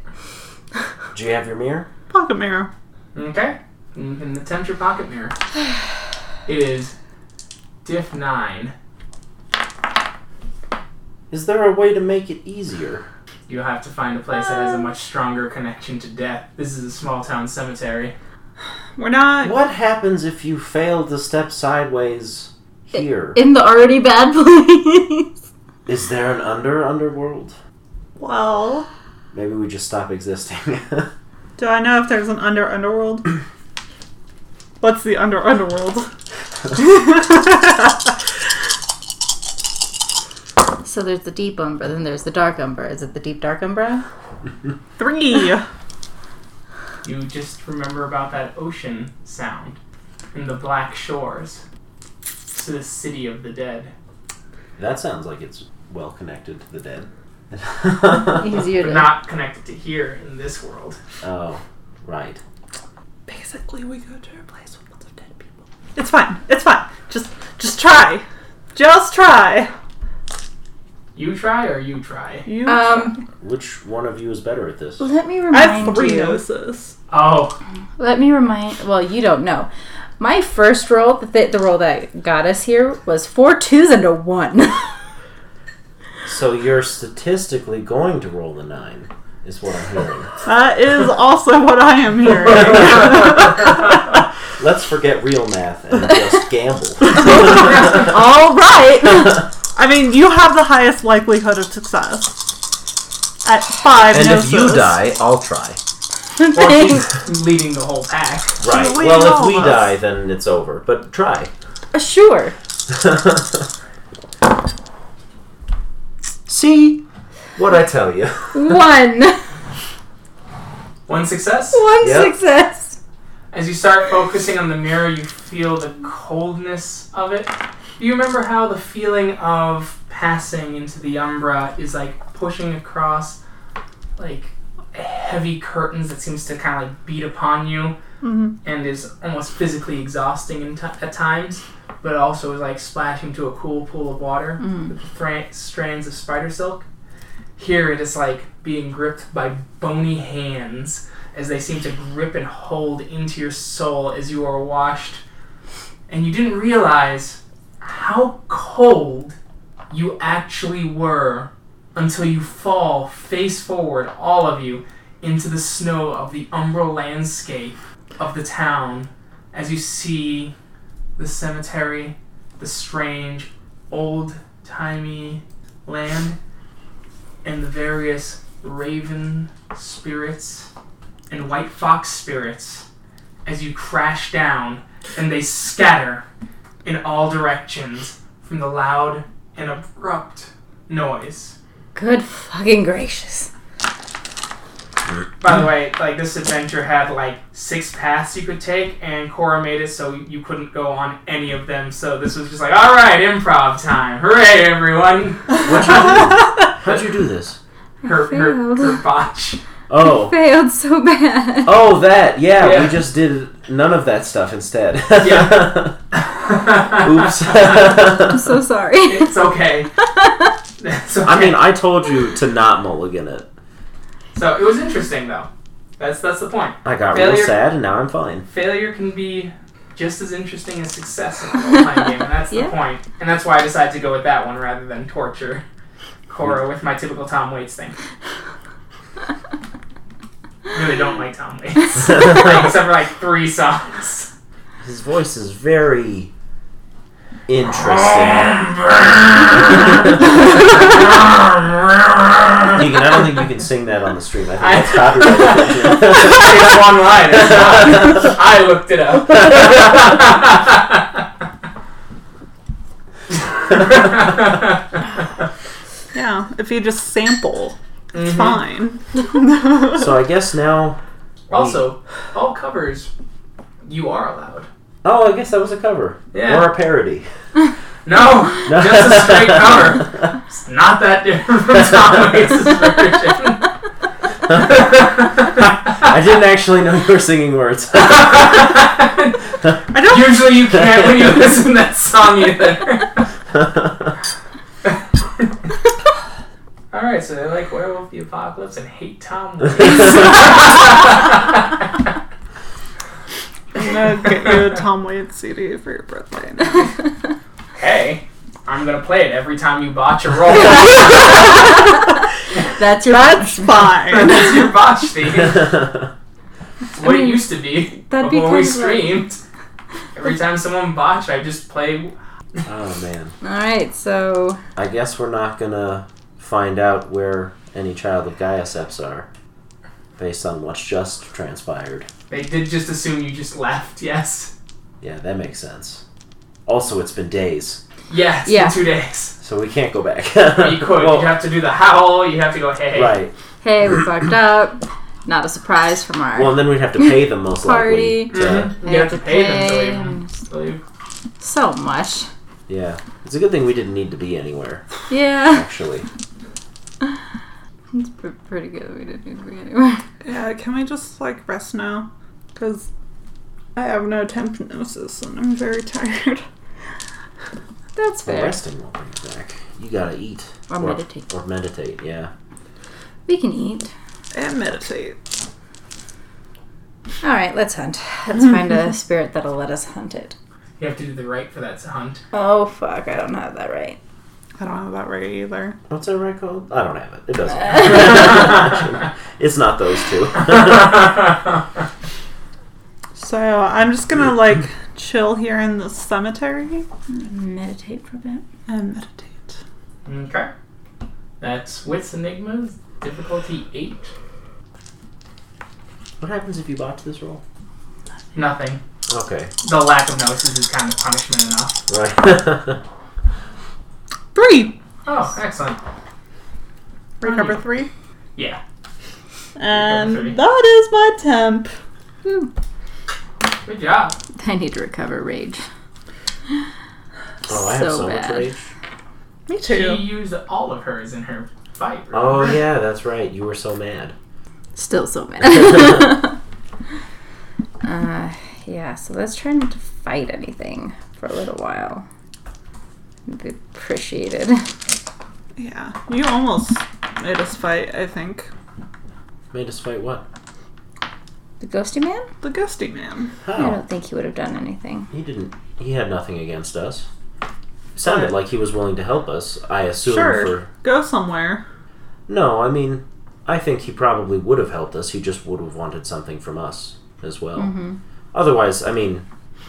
Do you have your mirror? Pocket mirror. Okay? You can attempt your pocket mirror. It is diff 9. Is there a way to make it easier? You'll have to find a place that has a much stronger connection to death. This is a small town cemetery. We're not. What happens if you fail to step sideways here? Is In the already bad place. there an under underworld? Well, Maybe we just stop existing. [LAUGHS] [COUGHS] [LAUGHS] do I know if there's an under underworld? What's the under underworld? So there's the deep umbra, then there's the dark umbra. Is it the deep dark umbra? Three. You just remember about that ocean sound and the black shores to the city of the dead. That sounds like it's well connected to the dead. [LAUGHS] Easier But to not connected to here in this world. oh, right. Basically, we go to a place with lots of dead people. It's fine. It's fine. Just, just try. Just try. You try or you try. You. Um, Which one of you is better at this? Let me I have remind three you. noses. Oh, [LAUGHS] Let me remind. Well, you don't know. My first roll, the, the roll that got us here, was four twos and a one. [LAUGHS] So you're statistically going to roll a nine, is what I'm hearing. That is also what I am hearing. [LAUGHS] Let's forget real math and just gamble. All right. I mean, you have the highest likelihood of success at five. And if noses. you die, I'll try. or he's leading the whole pack. Right. Well, we Well, know if we us. die, then it's over. But try. [LAUGHS] sure. See what I tell you. One. One success. One Yep. success. As you start focusing on the mirror, you feel the coldness of it. Do you remember how the feeling of passing into the umbra is like pushing across like heavy curtains that seems to kind of like beat upon you Mhm. and is almost physically exhausting in ti at times, but also is like splashing to a cool pool of water with thra- strands of spider silk. Here it is like being gripped by bony hands as they seem to grip and hold into your soul as you are washed. And you didn't realize how cold you actually were until you fall face forward, all of you, into the snow of the umbral landscape of the town as you see the cemetery, the strange, old timey land, and the various raven spirits and white fox spirits as you crash down and they scatter in all directions from the loud and abrupt noise. Good fucking gracious. By the way, like this adventure had like six paths you could take, and Cora made it so you couldn't go on any of them. So this was just like, all right, improv time! Hooray, everyone! What'd you do? How'd you do this? [LAUGHS] Her, her, failed. her botch. [LAUGHS] Oh, Failed so bad. oh, that. Yeah, Yeah. we just did none of that stuff instead. Yeah. [LAUGHS] Oops. I'm so sorry. [LAUGHS] it's okay. That's okay. I mean, I told you to not mulligan it. so it was interesting though. That's that's the point. I got Failure. real sad, and now I'm fine. failure can be just as interesting as success in a role-playing game, and that's Yeah. the point. And that's why I decided to go with that one rather than torture Cora with my typical Tom Waits thing. really don't [LAUGHS] like Tom Waits, like, except for like three songs. His voice is very [LAUGHS] interesting. Deacon, I don't think you can sing that on the stream. I think that's copyright. It's [LAUGHS] one line. It's not. [LAUGHS] I looked it up. [LAUGHS] Yeah, if you just sample, it's fine. [LAUGHS] so I guess now. also, all covers you are allowed. Oh, I guess that was a cover Yeah. or a parody. No, [LAUGHS] just a straight cover. It's not that different from Tom Waits' [LAUGHS] version. [LAUGHS] [LAUGHS] I didn't actually know you were singing words. [LAUGHS] I don't. Usually you can't when you listen to that song either. Oh, Alright, so they like Werewolf the Apocalypse and hate Tom Waits. I'm gonna [LAUGHS] get you a Tom Waits CD for your [LAUGHS] birthday. now. hey, I'm gonna play it every time you botch a roll. [LAUGHS] [LAUGHS] That's your That's [LAUGHS] fine. That's [LAUGHS] your botch theme. It's what it used to be. That'd [LAUGHS] be when we kind of like- streamed. Every time someone botched, I just play. oh man. Alright, so I guess we're not gonna find out where any child of Gaia seps are, based on what's just transpired. They did just assume you just left, yes. Yeah, that makes sense. Also, it's been days, Yeah, it's Yeah. been two days. [LAUGHS] so we can't go back. You could. Well, you have to do the howl. You have to go, hey, hey. right. Hey, we fucked up. Not a surprise from our Well, and then we'd have to pay them most Party. likely. To, Mm-hmm. You have to pay them to leave. to leave. so much. yeah, it's a good thing we didn't need to be anywhere Yeah, actually. it's pr- pretty good. We didn't need to be anywhere. [LAUGHS] Yeah, can we just like rest now? Because I have no temp gnosis and I'm very tired. [LAUGHS] That's Well, fair. resting will bring you back. You gotta eat Or meditate. Or meditate. Yeah. We can eat. And meditate. All right, let's hunt. Let's find [LAUGHS] a spirit that'll let us hunt it. You have to do the right for that hunt. [LAUGHS] [LAUGHS] Oh fuck, I don't have that right. I don't have that right either. What's that right called? I don't have it. It [LAUGHS] doesn't. matter. [LAUGHS] it's not those two. So I'm just gonna like chill here in the cemetery Meditate for a bit. [LAUGHS] and meditate. Okay. That's Wits Enigmas, difficulty 8. what happens if you botch this roll? Nothing. Okay. The lack of gnosis is kind of punishment enough. Right. Oh, Three! Oh, excellent. Recover three. Yeah. And three. that is my temp. Good job. I need to recover rage. oh, I have So so, much bad. rage. Me She too. used all of hers in her fight. Oh yeah, that's right. You were so mad. Still so [LAUGHS] mad. uh, yeah, so let's try not to fight anything for a little while. It'd be appreciated. Yeah. You almost made us fight, I think. Made us fight what? The ghosty man? The ghosty man. Oh. I How? don't think he would have done anything. [LAUGHS] He didn't. He had nothing against us. Sounded like he was willing to help us. I assume Sure. for Go somewhere. no. I mean, I think he probably would have helped us. He just would have wanted something from us as well. Otherwise, I mean,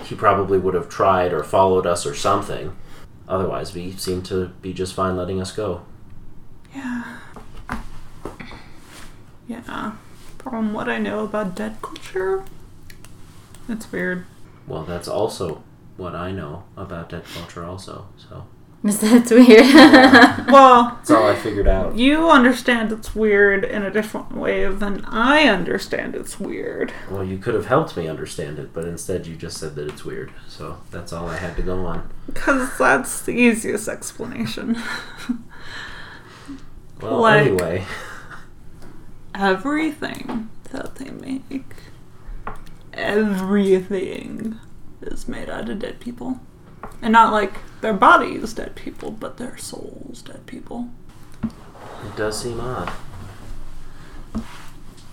he probably would have tried or followed us or something. Otherwise, we seem to be just fine letting us go. Yeah. Yeah. From what I know about dead culture, it's weird. Well, that's also what I know about dead culture. Also, so That's weird. Well, that's all I figured out. you understand it's weird in a different way than I understand it's weird. Well, you could have helped me understand it, but instead you just said that it's weird. So that's all I had to go on. Because that's the easiest explanation. Well, Like- anyway, Everything that they make, everything is made out of dead people. And not like their bodies dead people, but their souls dead people. it does seem odd.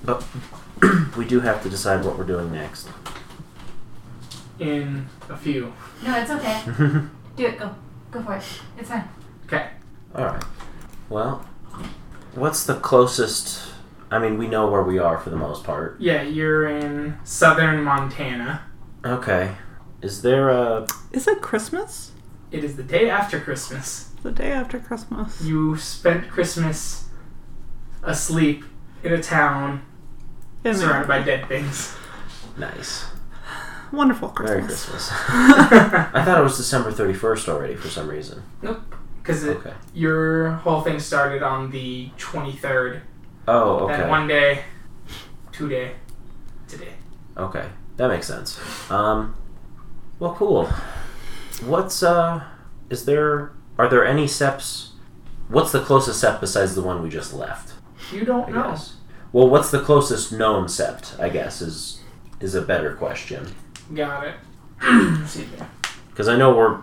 But [CLEARS THROAT] we do have to decide what we're [LAUGHS] doing next. In a few. [LAUGHS] No, it's okay. Do it. Go. Go for it. It's fine. Okay. All right. Well, what's the closest? I mean, we know where we are for the most part. Yeah, you're in southern Montana. Okay. Is there a Is it Christmas? It is the day after Christmas. The day after Christmas. You spent Christmas asleep in a town In surrounded by dead things. nice Wonderful Merry Christmas. Christmas? [LAUGHS] nope. I thought it was December thirty first already for some reason. Because Okay. your whole thing started on the 23rd. Oh, That okay. one day, two day, today. Okay, that makes sense. Um, well, cool. What's uh, is there? Are there any seps? What's the closest sept besides the one we just left? You don't I know. guess. Well, what's the closest known sept? I guess is is a better question Got it. [CLEARS THROAT] Excuse me. because I know we're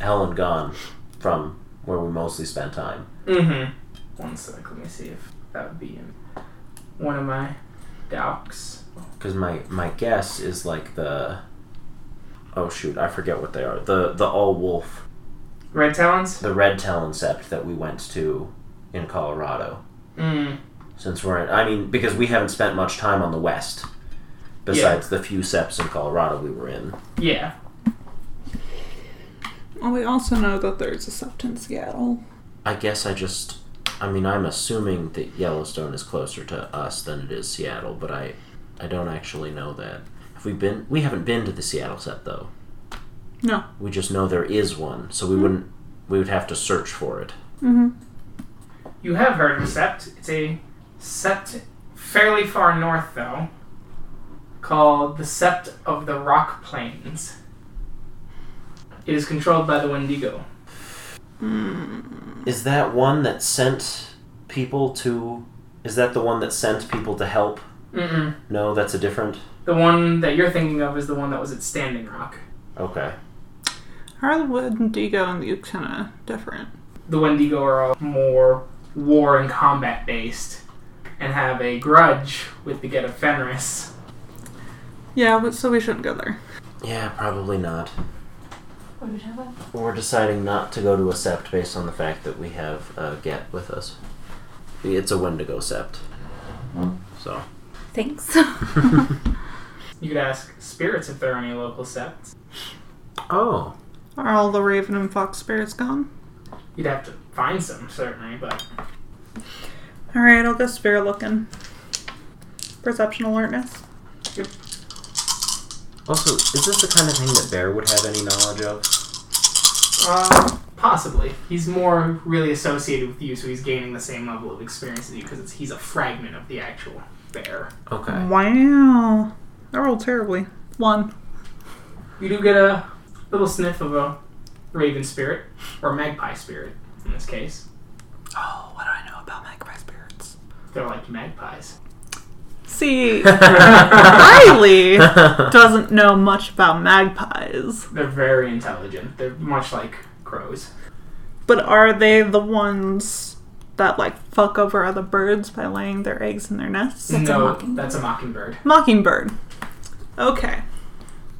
hell and gone from where we mostly spent time. Mm-hmm. One sec. Let me see if that would be in one of my docs. Because my my guess is like the oh shoot, I forget what they are. The the all wolf Red Talons? the red talon sept that we went to in Colorado. Mm. Since we're in, I mean, because we haven't spent much time on the west, besides the few seps in Colorado we were in. Yeah. Well, we also know that there's a sept in Seattle. I guess I just, I mean, I'm assuming that Yellowstone is closer to us than it is Seattle, but I, I don't actually know that. Have we been? We haven't been to the Seattle sept though. No. We just know there is one, so we wouldn't. We would have to search for it. Mm-hmm. You have heard of a sept. It's a sept fairly far north, though, called the Sept of the Rock Plains. It is controlled by the Wendigo. Is that one that sent people to? Is that the one that sent people to help? Mm-mm. No, that's a different. The one that you're thinking of is the one that was at Standing Rock. Okay. Harwood and Digo and Luke kind of different. The Wendigo are all more war and combat based and have a grudge with the Get of Fenris. Yeah, but so we shouldn't go there. Yeah, probably not. What are we talking about? We're deciding not to go to a sept based on the fact that we have a get with us. It's a Wendigo sept. So. Thanks. [LAUGHS] You could ask spirits if there are any local septs. Oh. Are all the raven and fox spirits gone? You'd have to find some, certainly, but All right, I'll go spear looking. Perception alertness. Also, is this the kind of thing that Bear would have any knowledge of? uh, possibly. He's more really associated with you, so he's gaining the same level of experience as you because he's a fragment of the actual bear. Okay. Wow, I rolled terribly. One. You do get a little sniff of a raven spirit, or magpie spirit in this case. Oh, what do I know about magpie spirits? They're like magpies. See, [LAUGHS] [LAUGHS] Riley doesn't know much about magpies, They're very intelligent. They're much like crows. but are they the ones that like fuck over other birds by laying their eggs in their nests? That's a no, mockingbird. that's a [LAUGHS] mockingbird. Mockingbird. Okay.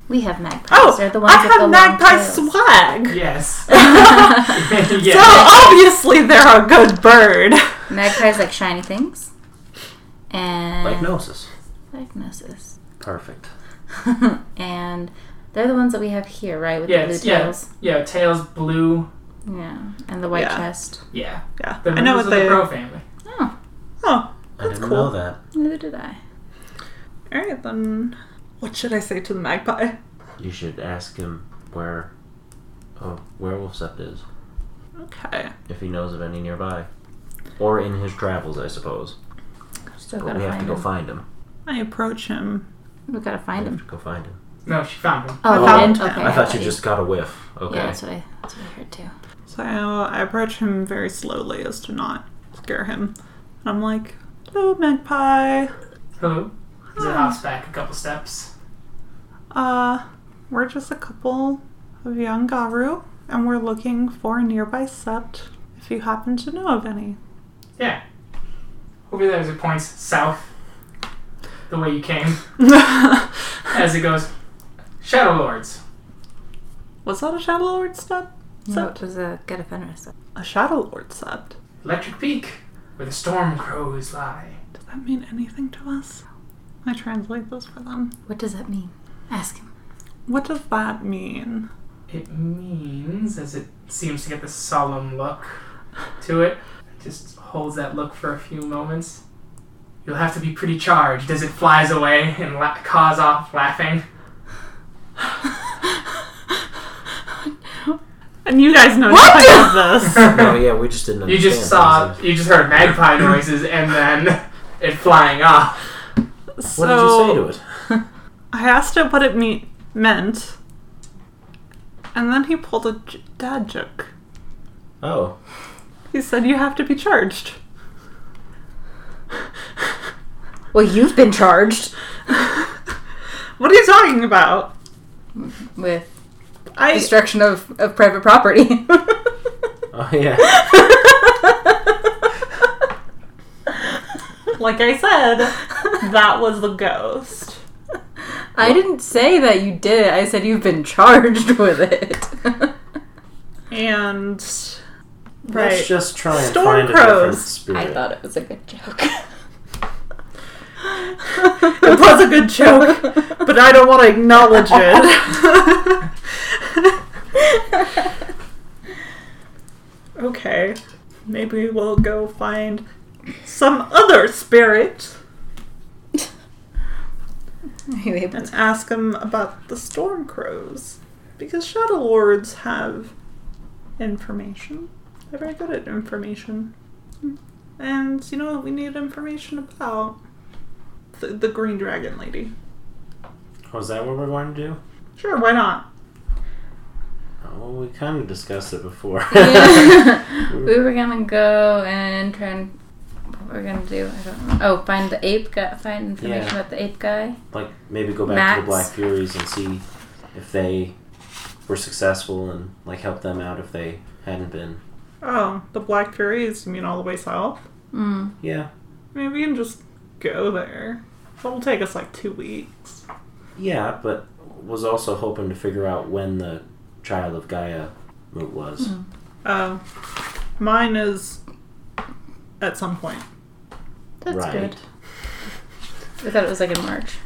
we have magpies. Oh, They're the ones I with the have magpie long swag. [LAUGHS] Yes. [LAUGHS] tails. So yes. obviously they're a good bird. Magpies like shiny things. And like Gnosis. Diagnosis. Perfect. and they're the ones that we have here, right? With the Yes, blue yeah. tails. Yeah, tails blue. Yeah. And the white Yeah. chest. Yeah. Yeah, They're I know members what of the they. crow family. Oh, Oh, I didn't cool. know that. neither did I. all right then. What should I say to the magpie? You should ask him where a werewolf sept is, Okay. if he knows of any nearby. Or in his travels, I suppose. Still But gotta we have to find go him. find him. I approach him. we gotta We find have him. to go find him. No, she found him. Oh, Oh, we did? I Okay. I thought you okay. just got a whiff. Okay. Yeah, that's what I, that's what I heard too. So I approach him very slowly as to not scare him. And I'm like, hello, magpie. Hello. As Hmm. it hops back a couple steps. Uh, we're just a couple of young Garu, and we're looking for a nearby sept if you happen to know of any. [LAUGHS] Yeah. Over there as it points south, the way you came, as it goes. Shadow Lords. Was that a Shadow Lord sept? So it was a uh, get a Fenris. A Shadow Lord sept? Electric Peak, where the storm crows lie. Does that mean anything to us? I translate this for them. What does that mean? Ask him. What does that mean? It means, as it seems to get this solemn look to it, just holds that look for a few moments. You'll have to be pretty charged as it flies away and la- caws off laughing. And you guys know What? nothing [LAUGHS] of this. No, yeah, we just didn't You understand. just saw, you just heard magpie noises and then it flying off. What so, did you say to it? I asked it what it mean- meant, and then he pulled a j- dad joke. Oh. He said, You have to be charged. [LAUGHS] Well, you've been charged What are you talking about? with I. destruction of, of private property. [LAUGHS] Oh, yeah. like I said, that was the ghost. I didn't say that you did it. I said you've been charged with it. [LAUGHS] And. Let's just try and Storm find a different crows. spirit. it was a good joke. it was a good joke, [LAUGHS] but I don't want to acknowledge [LAUGHS] it. okay, maybe we'll go find some other spirit Are you able and to? ask him about the storm crows. Because Shadow Lords have information. They're very good at information. And you know what we need information about? The, the Green Dragon Lady. Oh, is that what we're going to do? Sure, why not? Oh, we kind of discussed it [LAUGHS] before. [LAUGHS] we were gonna go and try and what we're gonna do. I don't know. Oh, find the ape guy. Find information Yeah. about the ape guy. [LAUGHS] like maybe go back to Max. the Black Furies and see if they were successful and like help them out if they hadn't been. Oh, the Black Furies, you mean all the way south? Mm. Yeah, I mean, we can just go there. That'll take us like two weeks. yeah, but was also hoping to figure out when the Child of Gaia moot was. Mm-hmm. Uh, mine is at some point. That's right. good. I thought it was like in March.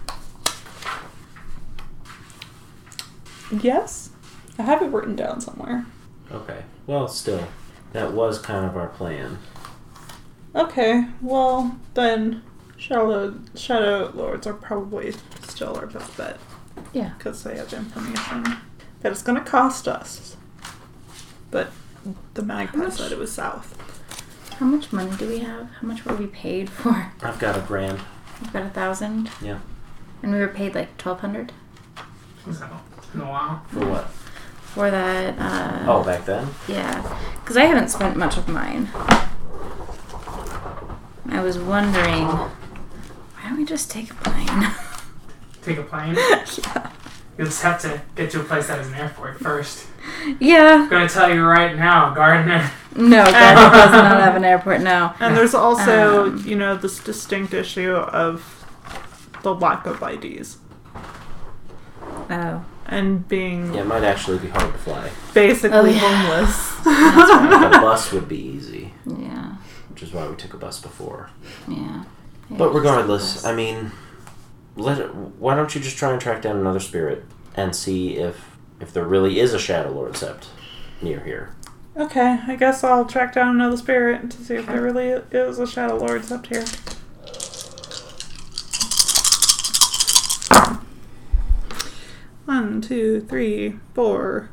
Yes, I have it written down somewhere. Okay. Well, still, that was kind of our plan. Okay, well then, shadow shadow lords are probably still our best bet Yeah. because they have information that it's going to cost us. But the magpie much? said it was south. How much money do we have? How much were we paid for? [LAUGHS] I've got a brand. We've got a thousand. Yeah. And we were paid like twelve hundred So, in a while. For what? for that. Uh, Oh, back then. Yeah, because I haven't spent much of mine. I was wondering, why don't we just take a plane? [LAUGHS] Take a plane. yeah. You'll just have to get to a place that has an airport first. Yeah. I'm gonna tell you right now, Gardner. No, [LAUGHS] Gardner does not have an airport now. And there's also, Um, you know, this distinct issue of the lack of IDs Oh. and being Yeah, it might actually be hard to fly. basically Oh, yeah. homeless. [LAUGHS] [LAUGHS] a bus would be easy, Yeah. which is why we took a bus before. Yeah. Yeah, But just regardless, this. I mean, let it, why don't you just try and track down another spirit and see if if there really is a Shadow Lord sept near here? okay, I guess I'll track down another spirit to see if there really is a Shadow Lord's up here. One, two, three, four,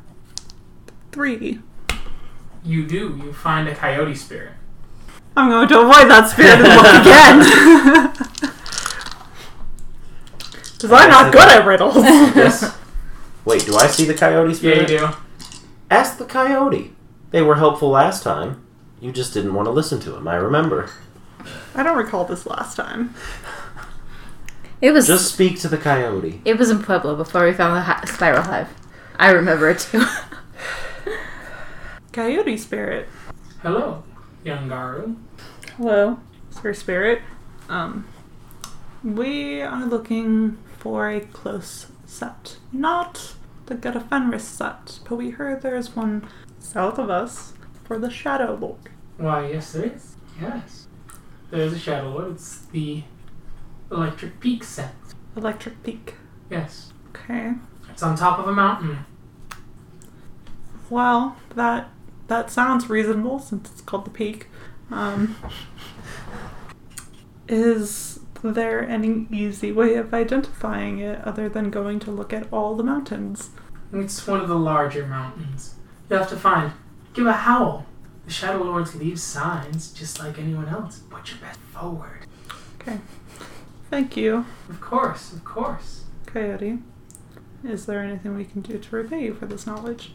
three. You do. You find a coyote spirit. I'm going to avoid that spirit and look [LAUGHS] again. Because I'm not good at [LAUGHS] [LAUGHS] riddles. Yes. Wait, do I see the coyote Yeah, you spirit? do. Ask the coyote. They were helpful last time. You just didn't want to listen to him. I [LAUGHS] remember. I don't recall this last time. it was Just speak to the coyote. it was in Pueblo before we found the hi- spiral hive. I remember it too. [LAUGHS] Coyote spirit. Hello, young Garu. Hello, Sir Spirit. Um, we are looking for a close set. Not the Gutafenris set, but we heard there's one south of us for the Shadow Lord. Why, yes, there is. Yes. There's a Shadow Lord. It's the Electric Peak set. Electric Peak. Yes. Okay. It's on top of a mountain. Well, that that sounds reasonable since it's called the Peak. Um, is there any easy way of identifying it other than going to look at all the mountains? It's one of the larger mountains. You'll have to find. Give a howl. The Shadow Lords leave signs just like anyone else. Put your best forward. Thank you. Of course, of course. Coyote, is there anything we can do to repay you for this knowledge?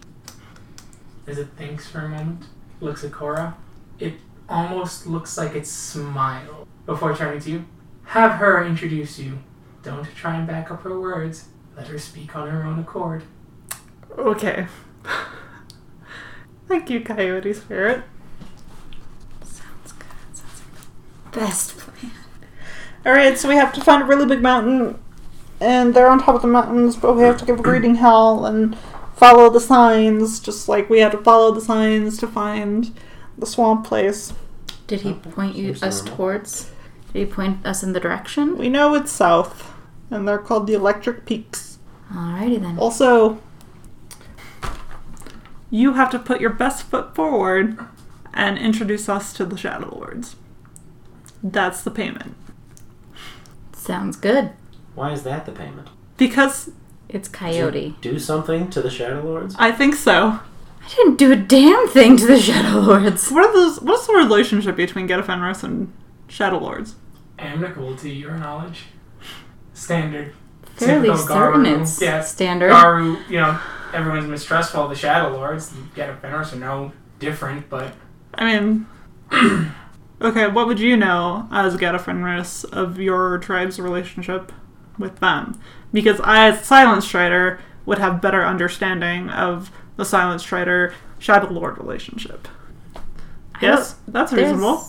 As it thinks for a moment, looks at Cora. It almost looks like it smiled before turning to you. Have her introduce you. Don't try and back up her words. Let her speak on her own accord. Okay. [LAUGHS] Thank you, Coyote Spirit. Sounds good. Sounds like the best plan. Alright, so we have to find a really big mountain, and they're on top of the mountains, but we have to give a greeting howl and follow the signs, just like we had to follow the signs to find the swamp place. Did he point you seems us normal. towards? Did he point us in the direction? We know it's south, and they're called the Electric Peaks. Alrighty then. Also, you have to put your best foot forward and introduce us to the Shadow Lords. That's the payment. Sounds good. Why is that the payment? Because It's Did you Coyote. Do something to the Shadow Lords? I think so. I didn't do a damn thing to the Shadow [LAUGHS] Lords. What are those? What's the relationship between Getafenris and Shadow Lords? Amicable to your knowledge. Standard. Fairly Typical certain Garu. it's Yeah. standard. Garu, you know, everyone's mistrustful of the Shadow Lords. You get a Fenris are no different, but I mean, [CLEARS THROAT] okay, what would you know as Getafenris of your tribe's relationship with them? Because I, as Silence Strider, would have better understanding of the Silence Strider Shadow Lord relationship. I don't- Yes, that's reasonable.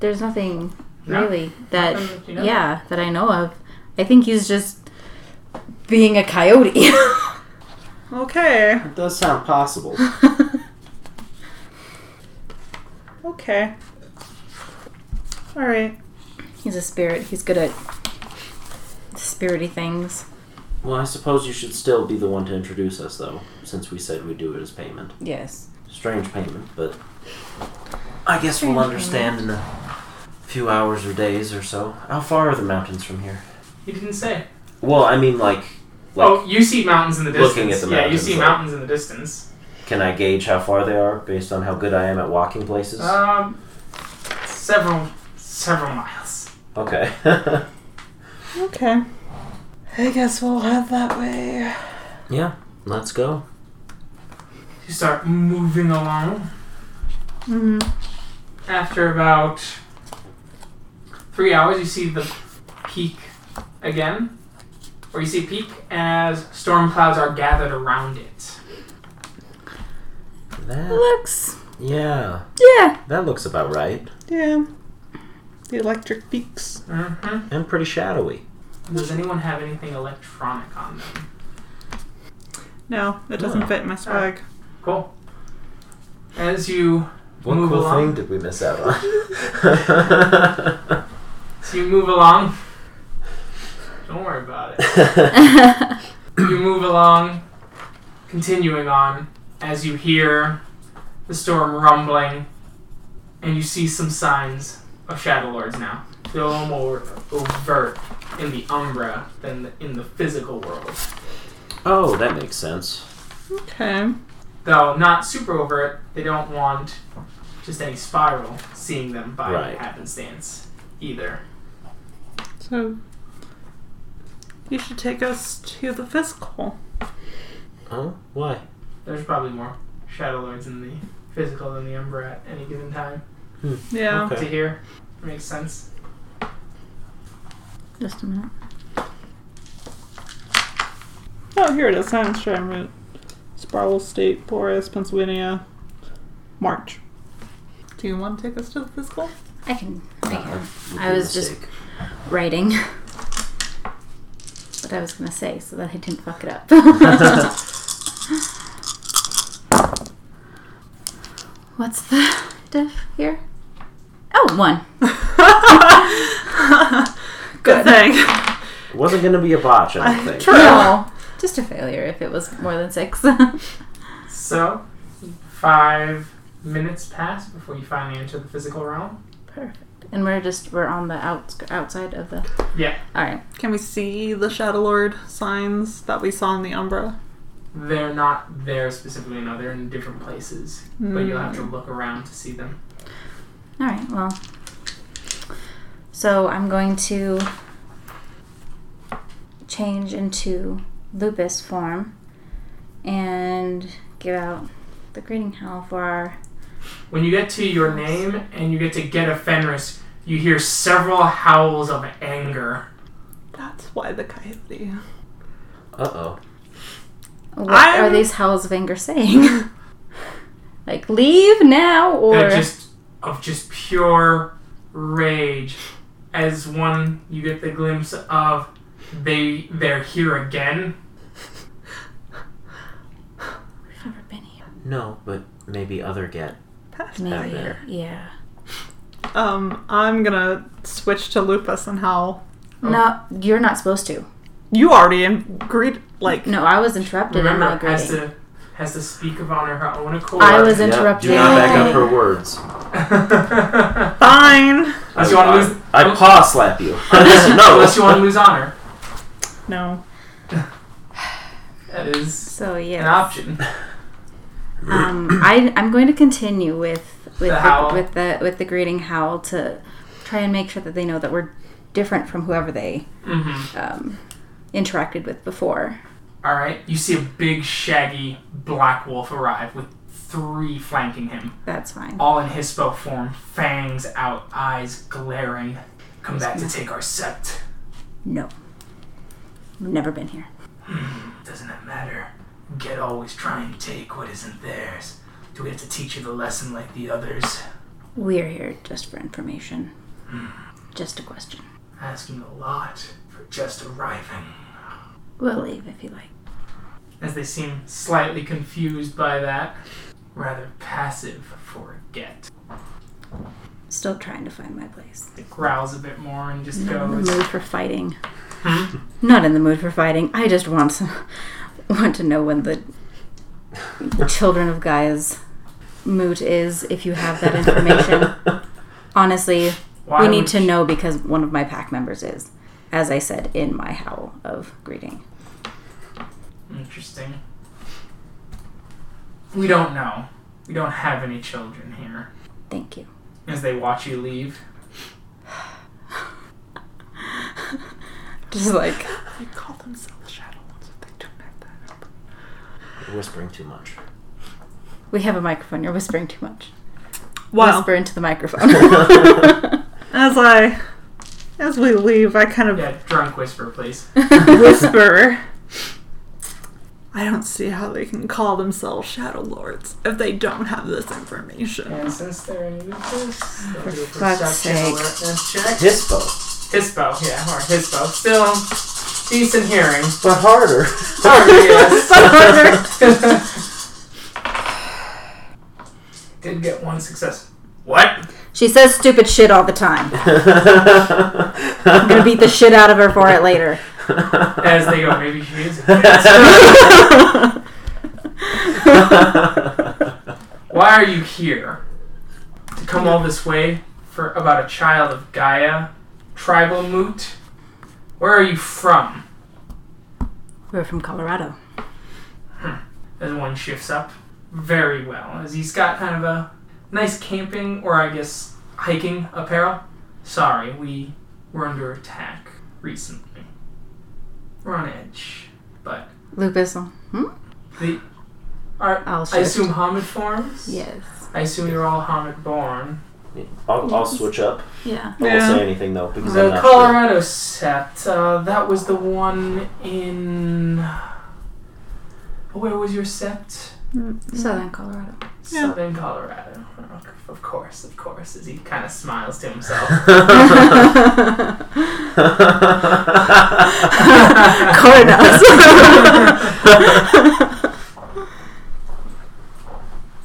There's nothing No. really that, Nothing that you know yeah, that I know of. I think he's just being a coyote. [LAUGHS] Okay, It does sound possible. okay. All right. he's a spirit. He's good at spirity things. well, I suppose you should still be the one to introduce us, though, since we said we'd do it as payment. Yes. Strange payment, but I guess we'll understand in a few hours or days or so. How far are the mountains from here? he didn't say. Well, I mean, like, like, oh, you see mountains in the distance. looking at the yeah, you mountains, see like- mountains in the distance. can I gauge how far they are based on how good I am at walking places? Um, several, several miles. okay. [LAUGHS] Okay. I guess we'll head that way. yeah, let's go. You start moving along. hmm After about three hours, you see the peak again, or you see peak as storm clouds are gathered around it. That, Looks. yeah, Yeah. that looks about right. Yeah. The electric peaks. hmm And pretty shadowy. Does anyone have anything electronic on them? No, it doesn't Oh. fit my swag. Cool. As you What Move cool along. thing did we miss out on? as you move along, don't worry about it. you move along, continuing on as you hear the storm rumbling, and you see some signs of Shadow Lords now. They're a little more overt in the Umbra than the- in the physical world, [LAUGHS] oh, that makes sense. Okay. though not super overt. They don't want just any spiral seeing them by Right. happenstance either. So you should take us to the physical. Oh, why? There's probably more Shadow Lords in the physical than the Umbra at any given time. Yeah. Hmm. Okay. To hear makes sense. Just a minute. Oh, here it is. Science Route. Sparrow State, Forest, Pennsylvania. March. Do you want to take us to the physical? I can. I Uh, can. would I be a was just- mistake. Writing. [LAUGHS] What I was gonna say, so that I didn't fuck it up. What's the diff here? Oh, one. Good thing. It wasn't going to be a botch, I don't think. True. No, just a failure if it was more than six. [LAUGHS] So, five minutes pass before you finally enter the physical realm. Perfect. And we're just we're on the out, outside of the. Yeah. All right. Can we see the Shadow Lord signs that we saw in the Umbra? They're not there specifically, no, they're in different places. But you'll have to look around to see them. All right. Well. So I'm going to change into lupus form and give out the greeting howl for our. When you get to your name and you get to get a Fenris, you hear several howls of anger. That's why the coyote. Uh oh. What are I'm- these howls of anger saying? [LAUGHS] like leave now or They're just of just pure rage. As one, you get the glimpse of they they're here again. I've never been here. No, but maybe other get. Past Maybe. there. Yeah. Um, I'm gonna switch to Lupus and Howl. No, you're not supposed to. You already agreed, like, No, I was interrupted. in my Remember, greeting. has to has to speak of honor her own accord. I [LAUGHS] was Yep, interrupted. Do not back up her words. unless fine! you want to lose, I paw [LAUGHS] slap you. unless you, no. unless you want to lose honor. No. That is So an yeah, option. [CLEARS THROAT] um, I I'm going to continue with with The the, howl. with the with the greeting howl to try and make sure that they know that we're different from whoever they hmm um, interacted with before. All right. You see a big, shaggy black wolf arrive with three flanking him, That's fine. all in hispo form, fangs out, eyes glaring. Come back to take our sept. No, never been here. Doesn't that matter? Get always try and take what isn't theirs. Do we have to teach you the lesson like the others? We're here just for information. Hmm. Just a question. Asking a lot for just arriving. We'll leave if you like. As they seem slightly confused by that. Rather passive for a get. Still trying to find my place. It growls a bit more and just Not in the goes. mood for fighting. Not in the mood for fighting. I just want some, want to know when the children of Gaia's moot is. If you have [LAUGHS] that information, honestly, Why we need would to you- know because one of my pack members is, as I said in my howl of greeting. Interesting. We don't know. We don't have any children here. Thank you. As they watch you leave, Just like They call themselves Shadowlands if they don't have that. You're whispering too much. we have a microphone, you're whispering too much. Well, Whisper into [LAUGHS] the [LAUGHS] microphone. as I, as we leave, I kind of yeah, drunk whisper, please. whisper. I don't see how they can call themselves Shadow Lords if they don't have this information. And since they're in this, they'll do a fuck's perception sake. alertness check. Hispo, Hispo, yeah, or hispo. Still decent hearing. but harder. [LAUGHS] Sorry, yes. Did get one success. What? [LAUGHS] she says stupid shit all the time. I'm gonna [LAUGHS] beat the shit out of her for [LAUGHS] it later. As they go, maybe she is. [LAUGHS] Why are you here? To come all this way for about a child of Gaia? Tribal moot? Where are you from? We're from Colorado. As one shifts up very well, as he's got kind of a nice camping or I guess hiking apparel. Sorry, we were under attack recently. We're on edge, but Lucas. Hmm? the are I'll I shift. assume Hamid forms. Yes. I assume you're all Hamid born. I'll, I'll switch up. Yeah. I Yeah. won't say anything though because I'm The not [LAUGHS] sure. Colorado set, uh, that was the one in. Where was your set? Southern [LAUGHS] Colorado. Yeah. Southern Colorado. Of course, of course, as he kind of smiles to himself. [LAUGHS] [LAUGHS] the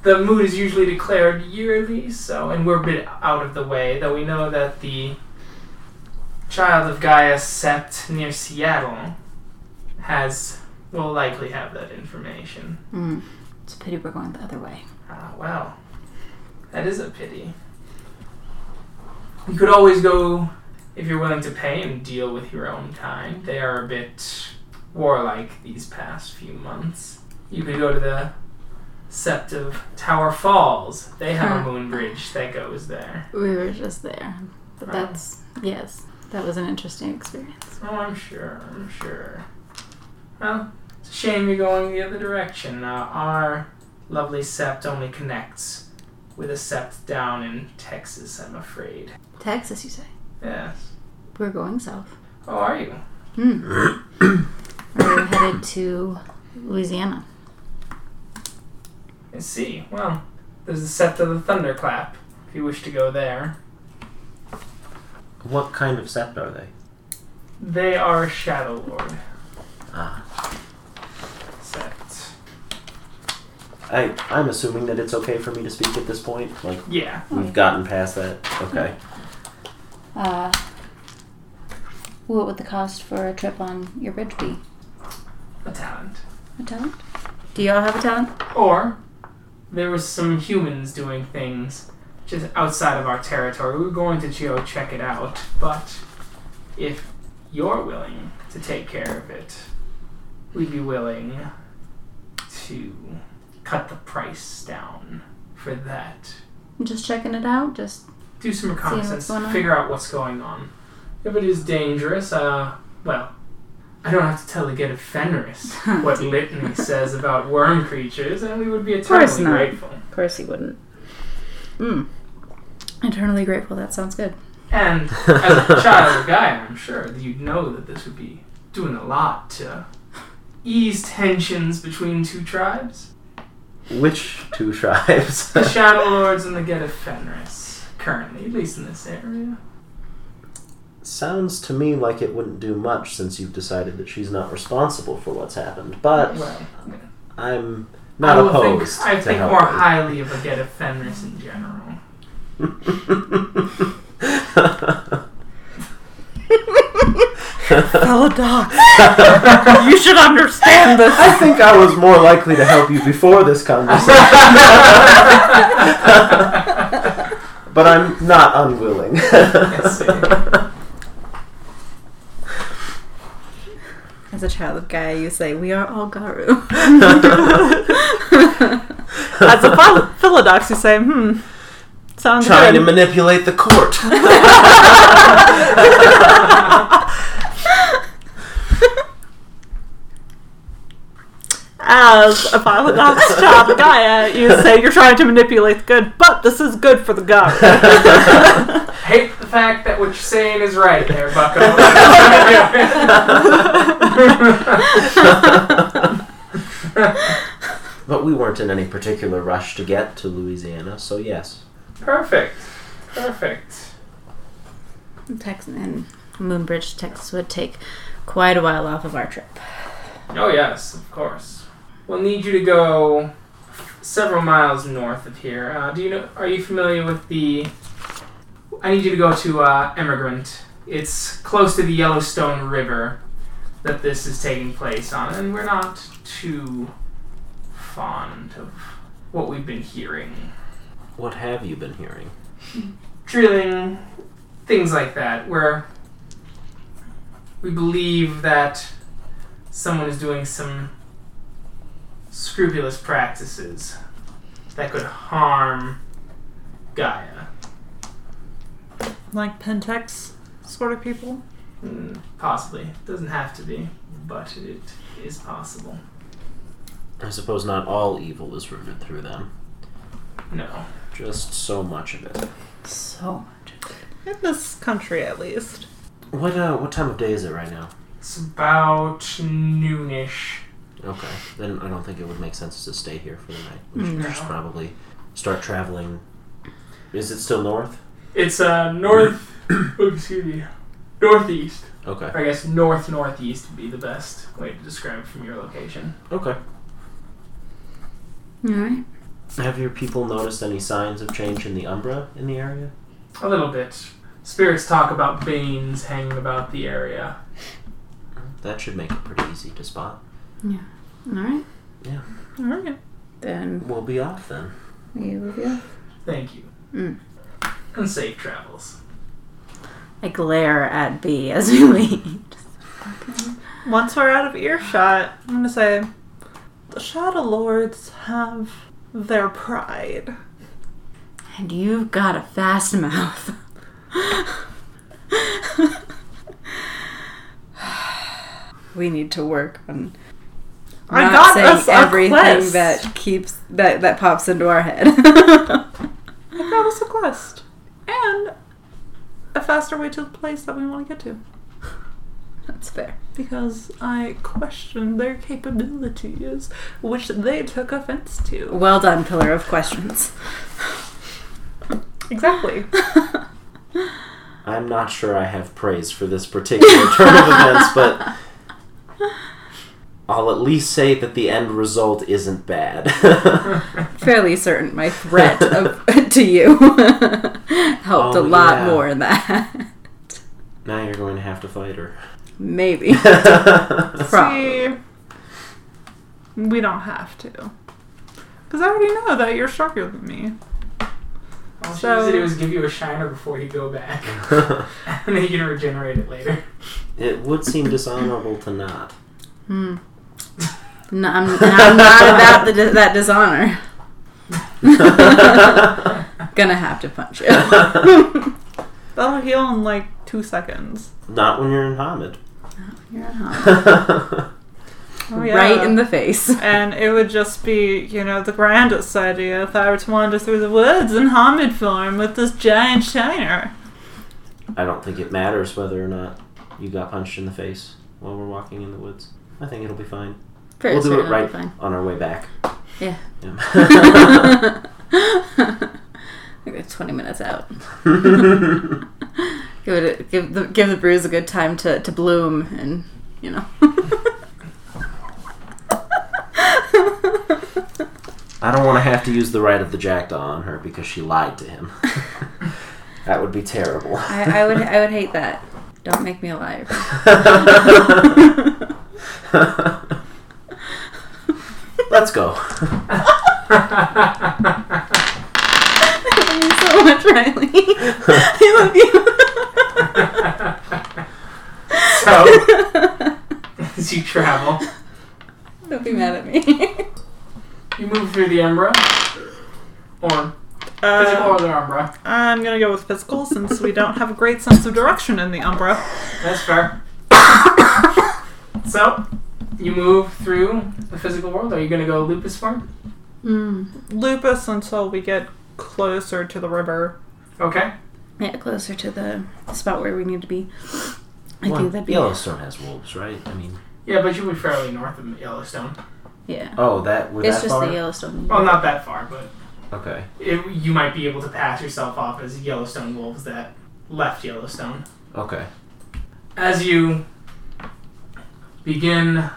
mood is usually declared yearly, so, and we're a bit out of the way, though we know that the Child of Gaia set near Seattle has, will likely have that information. Hmm. It's a pity we're going the other way. Ah, well, that is a pity. You could always go, if you're willing to pay, and deal with your own kind. They are a bit warlike these past few months. You could go to the Sept of Tower Falls. They have a Huh. moon bridge that goes there. We were just there. But Wow. that's, yes, that was an interesting experience. Oh, I'm sure, I'm sure. Well, it's a shame you're going the other direction. Uh, our lovely Sept only connects with a Sept down in Texas, I'm afraid. Texas, you say? Yes. We're going south. How are you? Hmm. we're headed to Louisiana. I see. Well, there's the set of the thunderclap. If you wish to go there, What kind of sept are they? they are Shadow Lord Ah, set. I I'm assuming that it's okay for me to speak at this point. Like Yeah. we've gotten past that. Okay. Uh, what would the cost for a trip on your bridge be? A talent. A talent? Do y'all have a talent? Or there was some humans doing things just outside of our territory. We were going to go check it out, but if you're willing to take care of it, we'd be willing to cut the price down for that. Just checking it out. Just Do some reconnaissance, going on. figure out what's going on. If it is dangerous, uh, well, I don't have to tell the Gate of Fenris [LAUGHS] what Litany says about worm creatures, and we would be course eternally not. grateful. of course he wouldn't. Mm. Eternally grateful. That sounds good. And as [LAUGHS] a child guy, I'm sure that you'd know that this would be doing a lot to ease tensions between two tribes. Which two tribes? [LAUGHS] The Shadow Lords and the Get of Fenris, currently, at least in this area. Sounds to me like it wouldn't do much since you've decided that she's not responsible for what's happened, but Well, I'm not I will opposed. think, I to think help more you. [LAUGHS] highly of a Get of Fenris in general. Fellow doc, [LAUGHS] you should understand this. I think I was more likely to help you before [LAUGHS] this conversation, but I'm not unwilling. Yes, sir. As a child of Gaia, you say, We are all Garu. [LAUGHS] As a phil- philodox, you say, hmm, sounds Trying to good. manipulate the [LAUGHS] court. As a philodox child of Gaia, you say you're trying to manipulate the good, but this is good for the god. Hate the fact that what you're saying is right there, [LAUGHS] bucko. But we weren't in any particular rush to get to Louisiana, so yes. [LAUGHS] Perfect. Perfect. Tex- and Moonbridge, Texas would take quite a while off of our trip. Oh, yes, of course. We'll need you to go several miles north of here. Uh, do you know? Are you familiar with the? I need you to go to uh, Emigrant. It's close to the Yellowstone River that this is taking place on, and we're not too fond of what we've been hearing. What have you been hearing? Drilling, things like that, where we believe that someone is doing some scrupulous practices that could harm Gaia. [LAUGHS] like Pentex sort of people. Mm, Possibly. Doesn't have to be, but it is possible. I suppose not all evil is rooted through them, No. just so much of it. So In this country, at least. What uh, what time of day is it right now? It's about noonish. Okay, then I don't think it would make sense to stay here for the night. We should No. just probably start traveling. Is it still north? It's uh north oh, excuse me. Northeast. Okay. I guess north northeast would be the best way to describe it from your location. Okay. All right. Have your people noticed any signs of change in the Umbra in the area? A little bit. Spirits talk about Banes hanging about the area. That should make it pretty easy to spot. All right. Alright. Then We'll be off then. we will be off. Thank you. Mm. And safe travels. [LAUGHS] I glare at B as we [LAUGHS] leave. Once we're out of earshot, I'm gonna say the Shadow Lords have their pride. And you've got a fast mouth. we need to work on I not got saying us a everything quest. that keeps that that pops into our head. [LAUGHS] It got us a quest. And a faster way to the place that we want to get to. That's fair. Because I question their capabilities, which they took offense to. Well done, pillar of questions. Exactly. I'm not sure I have praise for this [LAUGHS] particular turn of events, but I'll at least say that the end result isn't [LAUGHS] bad. Fairly certain my [LAUGHS] threat of, to you [LAUGHS] helped Oh, a lot yeah. more in that. [LAUGHS] now you're going to have to fight her. [LAUGHS] Maybe. Probably. See, we don't have to. Because I already know that you're stronger than me. All she needs So- to do is give you a shiner before you go back, [LAUGHS] and then you can regenerate it later. [LAUGHS] it would seem dishonorable to not. Hmm. No, I'm, I'm not about the, that dishonor. Gonna have to punch [LAUGHS] you. That'll heal in like two seconds. Not when you're in Hamid. You're at home. Oh, [LAUGHS] yeah. Right in the face. [LAUGHS] And it would just be, you know, the grandest idea if I were to wander through the woods in Hamid form with this giant shiner. I don't think it matters whether or not you got punched in the face while we're walking in the woods. I think it'll be fine. Very we'll do certain it it'll right be fine. on our way back. Yeah. Yeah. [LAUGHS] [LAUGHS] Like, we're 20 minutes out. Give it a, give the give the bruise a good time to, to bloom and you know. [LAUGHS] I don't want to have to use the right of the jackdaw on her because she lied to [LAUGHS] him. that would be terrible. I, I would I would hate that. Don't make me a liar. [LAUGHS] Let's go. Thank you so much, Riley. [LAUGHS] I love you. [LAUGHS] So, as you travel, Don't be mad at me. [LAUGHS] you move through the Umbra, or physical or Uh, the Umbra. I'm gonna go with physical since we don't have a great sense of direction in the Umbra. That's fair. so, you move through the physical world. Are you going to go lupus form? mm. Lupus until we get closer to the river. Okay. Yeah, closer to the spot where we need to be. I Well, think that'd be Yellowstone has wolves, right? I mean, Yeah, but you would be fairly north of Yellowstone. yeah. oh, that we're It's that just far. the Yellowstone. Well, not that far, but okay, it, you might be able to pass yourself off as Yellowstone wolves that left Yellowstone. okay. as you begin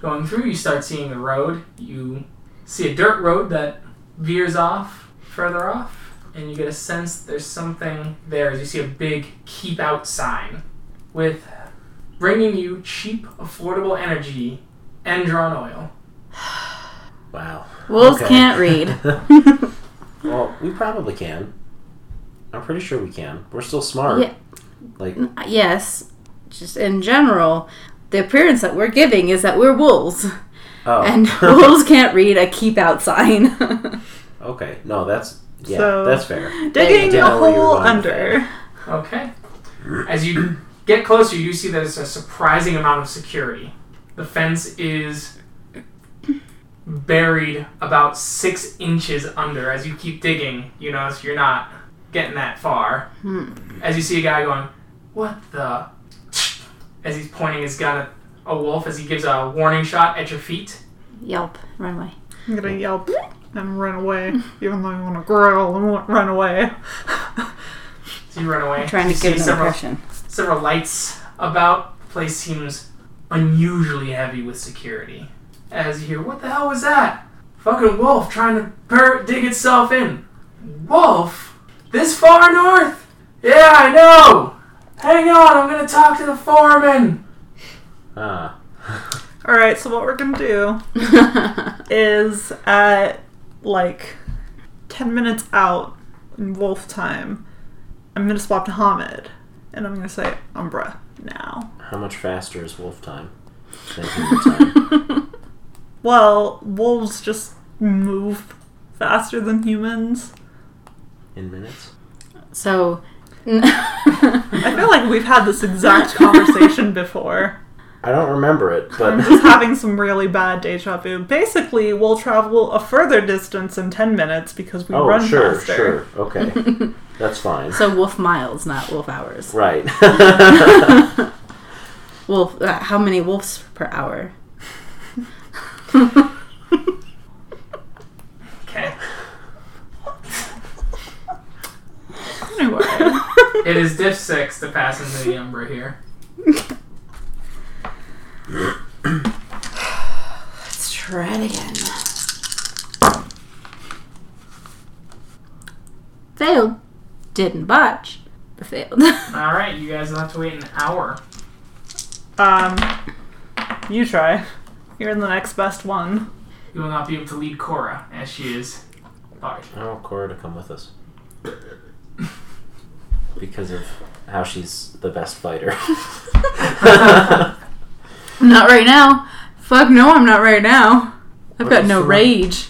going through, you start seeing the road. You see a dirt road that veers off further off, and you get a sense there's something there. As you see a big keep out sign with bringing you cheap, affordable energy, Endron oil. Wow. Wolves Okay. can't read. [LAUGHS] [LAUGHS] Well, we probably can. I'm pretty sure we can. We're still smart. Yeah. Like yes, just in general, the appearance that we're giving is that we're wolves, oh, [LAUGHS] and wolves can't read a keep out sign. okay. No, that's yeah, So- that's fair. Digging a Yeah, where you're hole going. under. Okay. As you get closer, you see there's a surprising amount of security. The fence is buried about six inches under. As you keep digging, you notice you're not getting that far. Hmm. As you see a guy going, What the? As he's pointing his gun at a wolf, as he gives a warning shot at your feet. Yelp, runway. I'm gonna yelp and run away, even though I wanna growl and won't run away. So you run away. Trying You to see give an several impression. several lights about. The place seems unusually heavy with security. As you hear, what the hell was that? Fucking wolf trying to bur- dig itself in. Wolf? This far north? Yeah, I know! Hang on, I'm gonna talk to the foreman! Ah, Alright, so what we're gonna do is at like 10 minutes out in wolf time, I'm gonna swap to Hamid and I'm gonna say Umbra now. how much faster is wolf time? Than human [LAUGHS] time? Well, wolves just move faster than humans. In minutes? [LAUGHS] so, [LAUGHS] I feel like we've had this [LAUGHS] exact conversation before. I don't remember it, I'm but just having some really bad deja vu. Basically, we'll travel a further distance in 10 minutes because [LAUGHS] we oh, run sure, faster. sure, okay, [LAUGHS] that's fine. so wolf miles, not wolf hours. Right. [LAUGHS] Wolf, uh, how many wolves per hour? Okay. Anyway, It is diff 6 to pass into the umbra here. Let's try it again. Failed. Didn't botch, but failed. [LAUGHS] Alright, you guys will have to wait an hour. um, you try. You're in the next best one. You will not be able to lead Cora, as she is large. I want Cora to come with us. Because of how [LAUGHS] she's the best fighter. Not right now. Fuck no, I'm not right now. I've What got is no wrong? rage.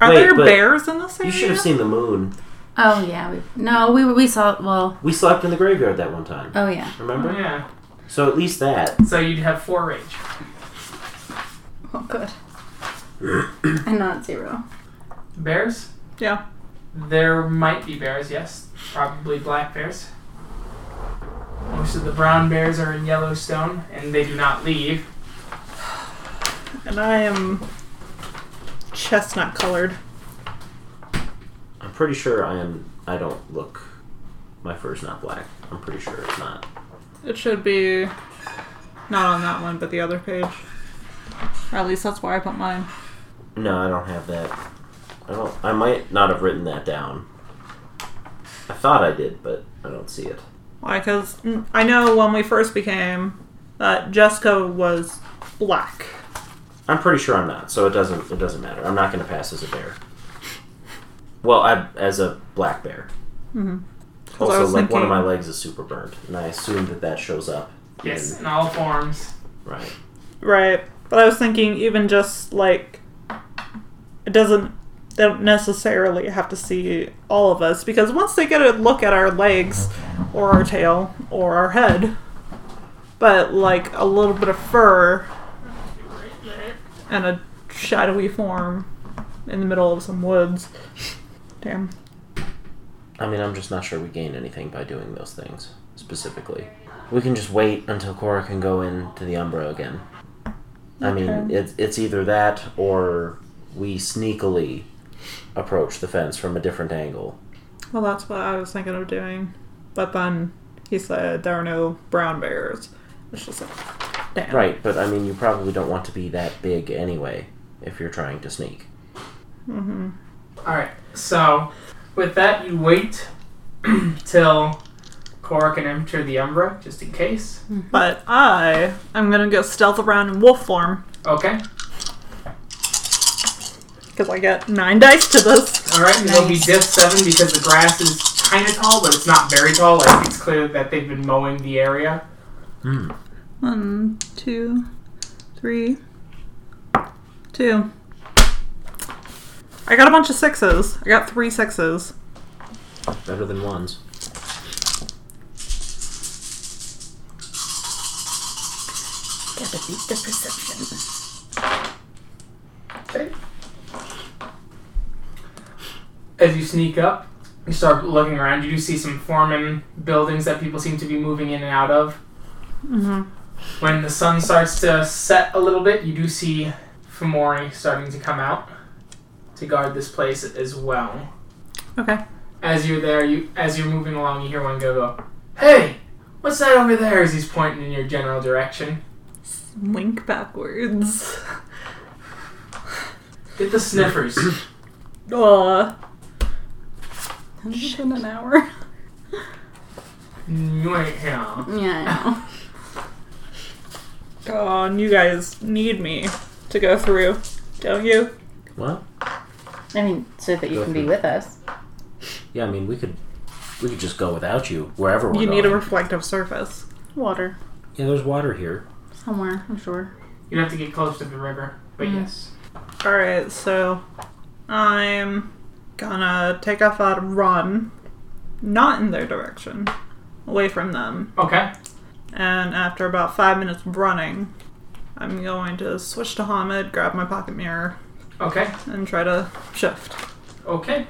Are Wait, there but bears in this area? You should have seen the moon. Oh yeah, we no, we we saw well. We slept in the graveyard that one time. Oh yeah. Remember? yeah. So at least that. So you'd have four rage. Oh good. and not zero. Bears? Yeah. There might be bears, yes. Probably black bears. Most of the brown bears are in Yellowstone, and they do not leave. And I am chestnut colored. I'm pretty sure I am. I don't look. My fur's not black. I'm pretty sure it's not. It should be not on that one, but the other page. Or at least that's where I put mine. No, I don't have that. I don't. I might not have written that down. I thought I did, but I don't see it. Why? Because I know when we first became that Jessica was black. I'm pretty sure I'm not, so it doesn't. It doesn't matter. I'm not going to pass as a bear. Well, I as a black bear. Mhm. Also, I like was one of thinking- my legs is super burned, and I assume that that shows up. Yes, in- in all forms. right. Right. But I was thinking, even just like, it doesn't. They don't necessarily have to see all of us because once they get a look at our legs, or our tail, or our head, but like a little bit of fur and a shadowy form in the middle of some woods. Damn. I mean, I'm just not sure we gain anything by doing those things specifically. We can just wait until Cora can go into the Umbra again. I mean, Okay. it's it's either that or we sneakily approach the fence from a different angle. Well, that's what I was thinking of doing. But then he said there are no brown bears. It's just like, damn. Right, but I mean, you probably don't want to be that big anyway if you're trying to sneak. hmm Alright, so with that, you wait [CLEARS THROAT] till Cora can enter the Umbra, just in case. But I am gonna go stealth around in wolf form Okay. because I get nine [LAUGHS] dice to this. All right, and it'll be Nice. diff seven because the grass is kind of tall, but it's not very tall. Like it's clear that they've been mowing the area. One, two, three, two. I got a bunch of sixes. I got three sixes. Better than ones. Gotta beat the perception. Okay. As you sneak up, you start looking around. You do see some foreman buildings that people seem to be moving in and out of. Mm-hmm. When the sun starts to set a little bit, you do see Fomori starting to come out to guard this place as well. Okay. As you're there, you as you're moving along, you hear one go go, "Hey, what's that over there?" As he's pointing in your general direction. Wink backwards. [LAUGHS] Get the sniffers. Uh. Shit, an hour. [LAUGHS] yeah. Yeah, I know. Oh, and you guys need me to go through, don't you? Well, I mean, so that you can be with us. yeah, I mean, we could we could just go without you wherever we're you going. need a reflective surface. Water. yeah, there's water here. Somewhere, I'm sure. You'd have to get close to the river, but Mm. yes. Alright, so I'm gonna take off and run, not in their direction, away from them. Okay. And after about five minutes of running, I'm going to switch to Hamid, grab my pocket mirror, Okay. and try to shift. Okay.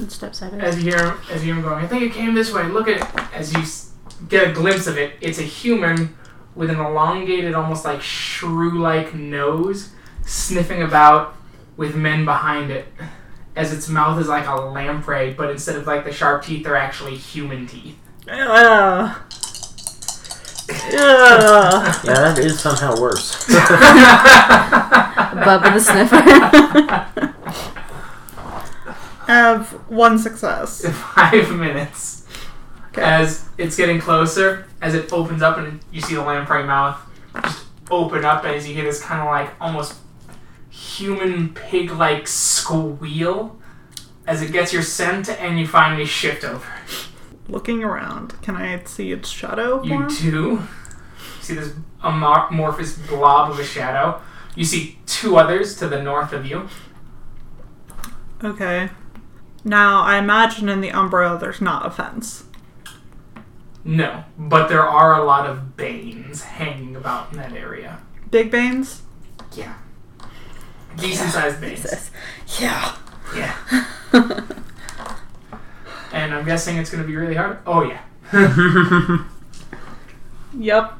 Each step sideways. As you hear, as you hear him going, I think it came this way. Look at it. As you s- get a glimpse of it, it's a human with an elongated, almost like shrew-like nose, sniffing about with men behind it. As its mouth is like a lamprey, but instead of like the sharp teeth, they're actually human teeth. Yeah. Yeah. Yeah, that is somehow worse. Bubba the [LAUGHS] sniffer. I have one success. [LAUGHS] five minutes. Okay. As it's getting closer, as it opens up and you see the lamprey mouth just open up as you hear this kind of like almost human pig like squeal as it gets your scent and you finally shift over. Looking around, can I see its shadow? You form? do see this amorphous blob of a shadow You see two others to the north of you. Okay. Now, I imagine in the Umbra there's not a fence. No, but there are a lot of banes hanging about in that area. Big Banes? Yeah. Decent sized banes. Yeah. Yeah. [LAUGHS] And I'm guessing it's going to be really hard. Oh, yeah. Yep.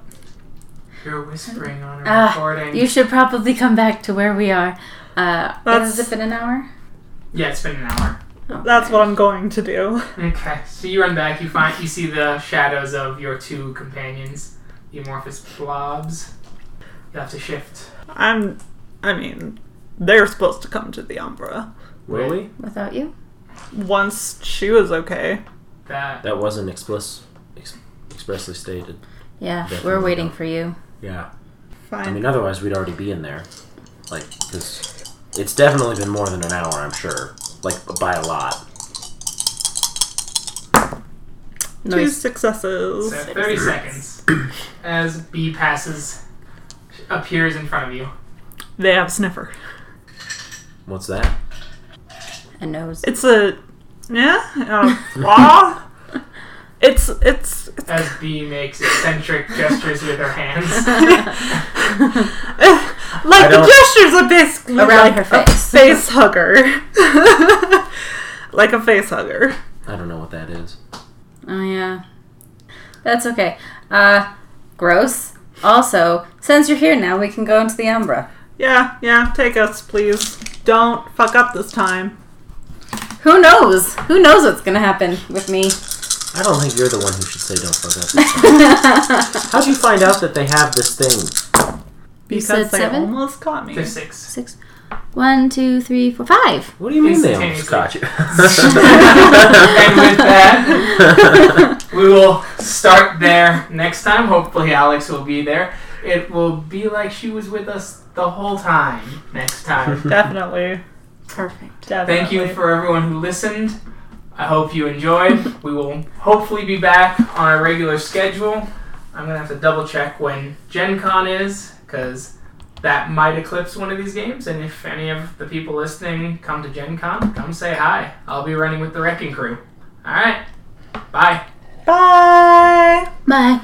You're whispering on a Ah, recording. you should probably come back to where we are. Uh, That's- has it been an hour? yeah, it's been an hour. That's what I'm going to do. Okay, so you run back. You find you see the shadows of your two companions, the amorphous blobs. You have to shift. I'm. I mean, they're supposed to come to the Umbra. Were we? Without you? Once she was okay. That That wasn't explicit, ex- expressly stated. Yeah, Definitely we're waiting not. for you. Yeah. I Fine. mean, otherwise we'd already be in there. Like, because it's definitely been more than an hour, I'm sure. Like, by a lot. Two Noise. so successes. thirty seconds as B passes appears in front of you. They have sniffer. What's that? A nose. It's a. Yeah? [LAUGHS] Uh, ah? It's. It's. As B makes eccentric gestures with her [LAUGHS] hands. [LAUGHS] Like the don't- gestures are basically Around like her a face. face hugger. [LAUGHS] like a face hugger. I don't know what that is. Oh yeah, that's okay. Uh, gross. Also, since you're here now, we can go into the Umbra. Yeah, yeah, take us, please. Don't fuck up this time. Who knows? Who knows what's gonna happen with me? [LAUGHS] I don't think you're the one who should say don't fuck up. this time." How'd you find out that they have this thing? Because said they seven? almost caught me. To six. Six, one, two, three, four, [LAUGHS] five. [LAUGHS] What do you mean they almost Instantaneously. caught you? [LAUGHS] and with that, we will start there next time. Hopefully, Alex will be there. It will be like she was with us the whole time next time. Definitely. Perfect. Definitely. Thank you for everyone who listened. I hope you enjoyed. We will hopefully be back on our regular schedule. I'm going to have to double check when Gen Con is because that might eclipse one of these games. And if any of the people listening come to Gen Con, come say hi. I'll be running with the Wrecking Crew. All right. Bye. Bye! Bye.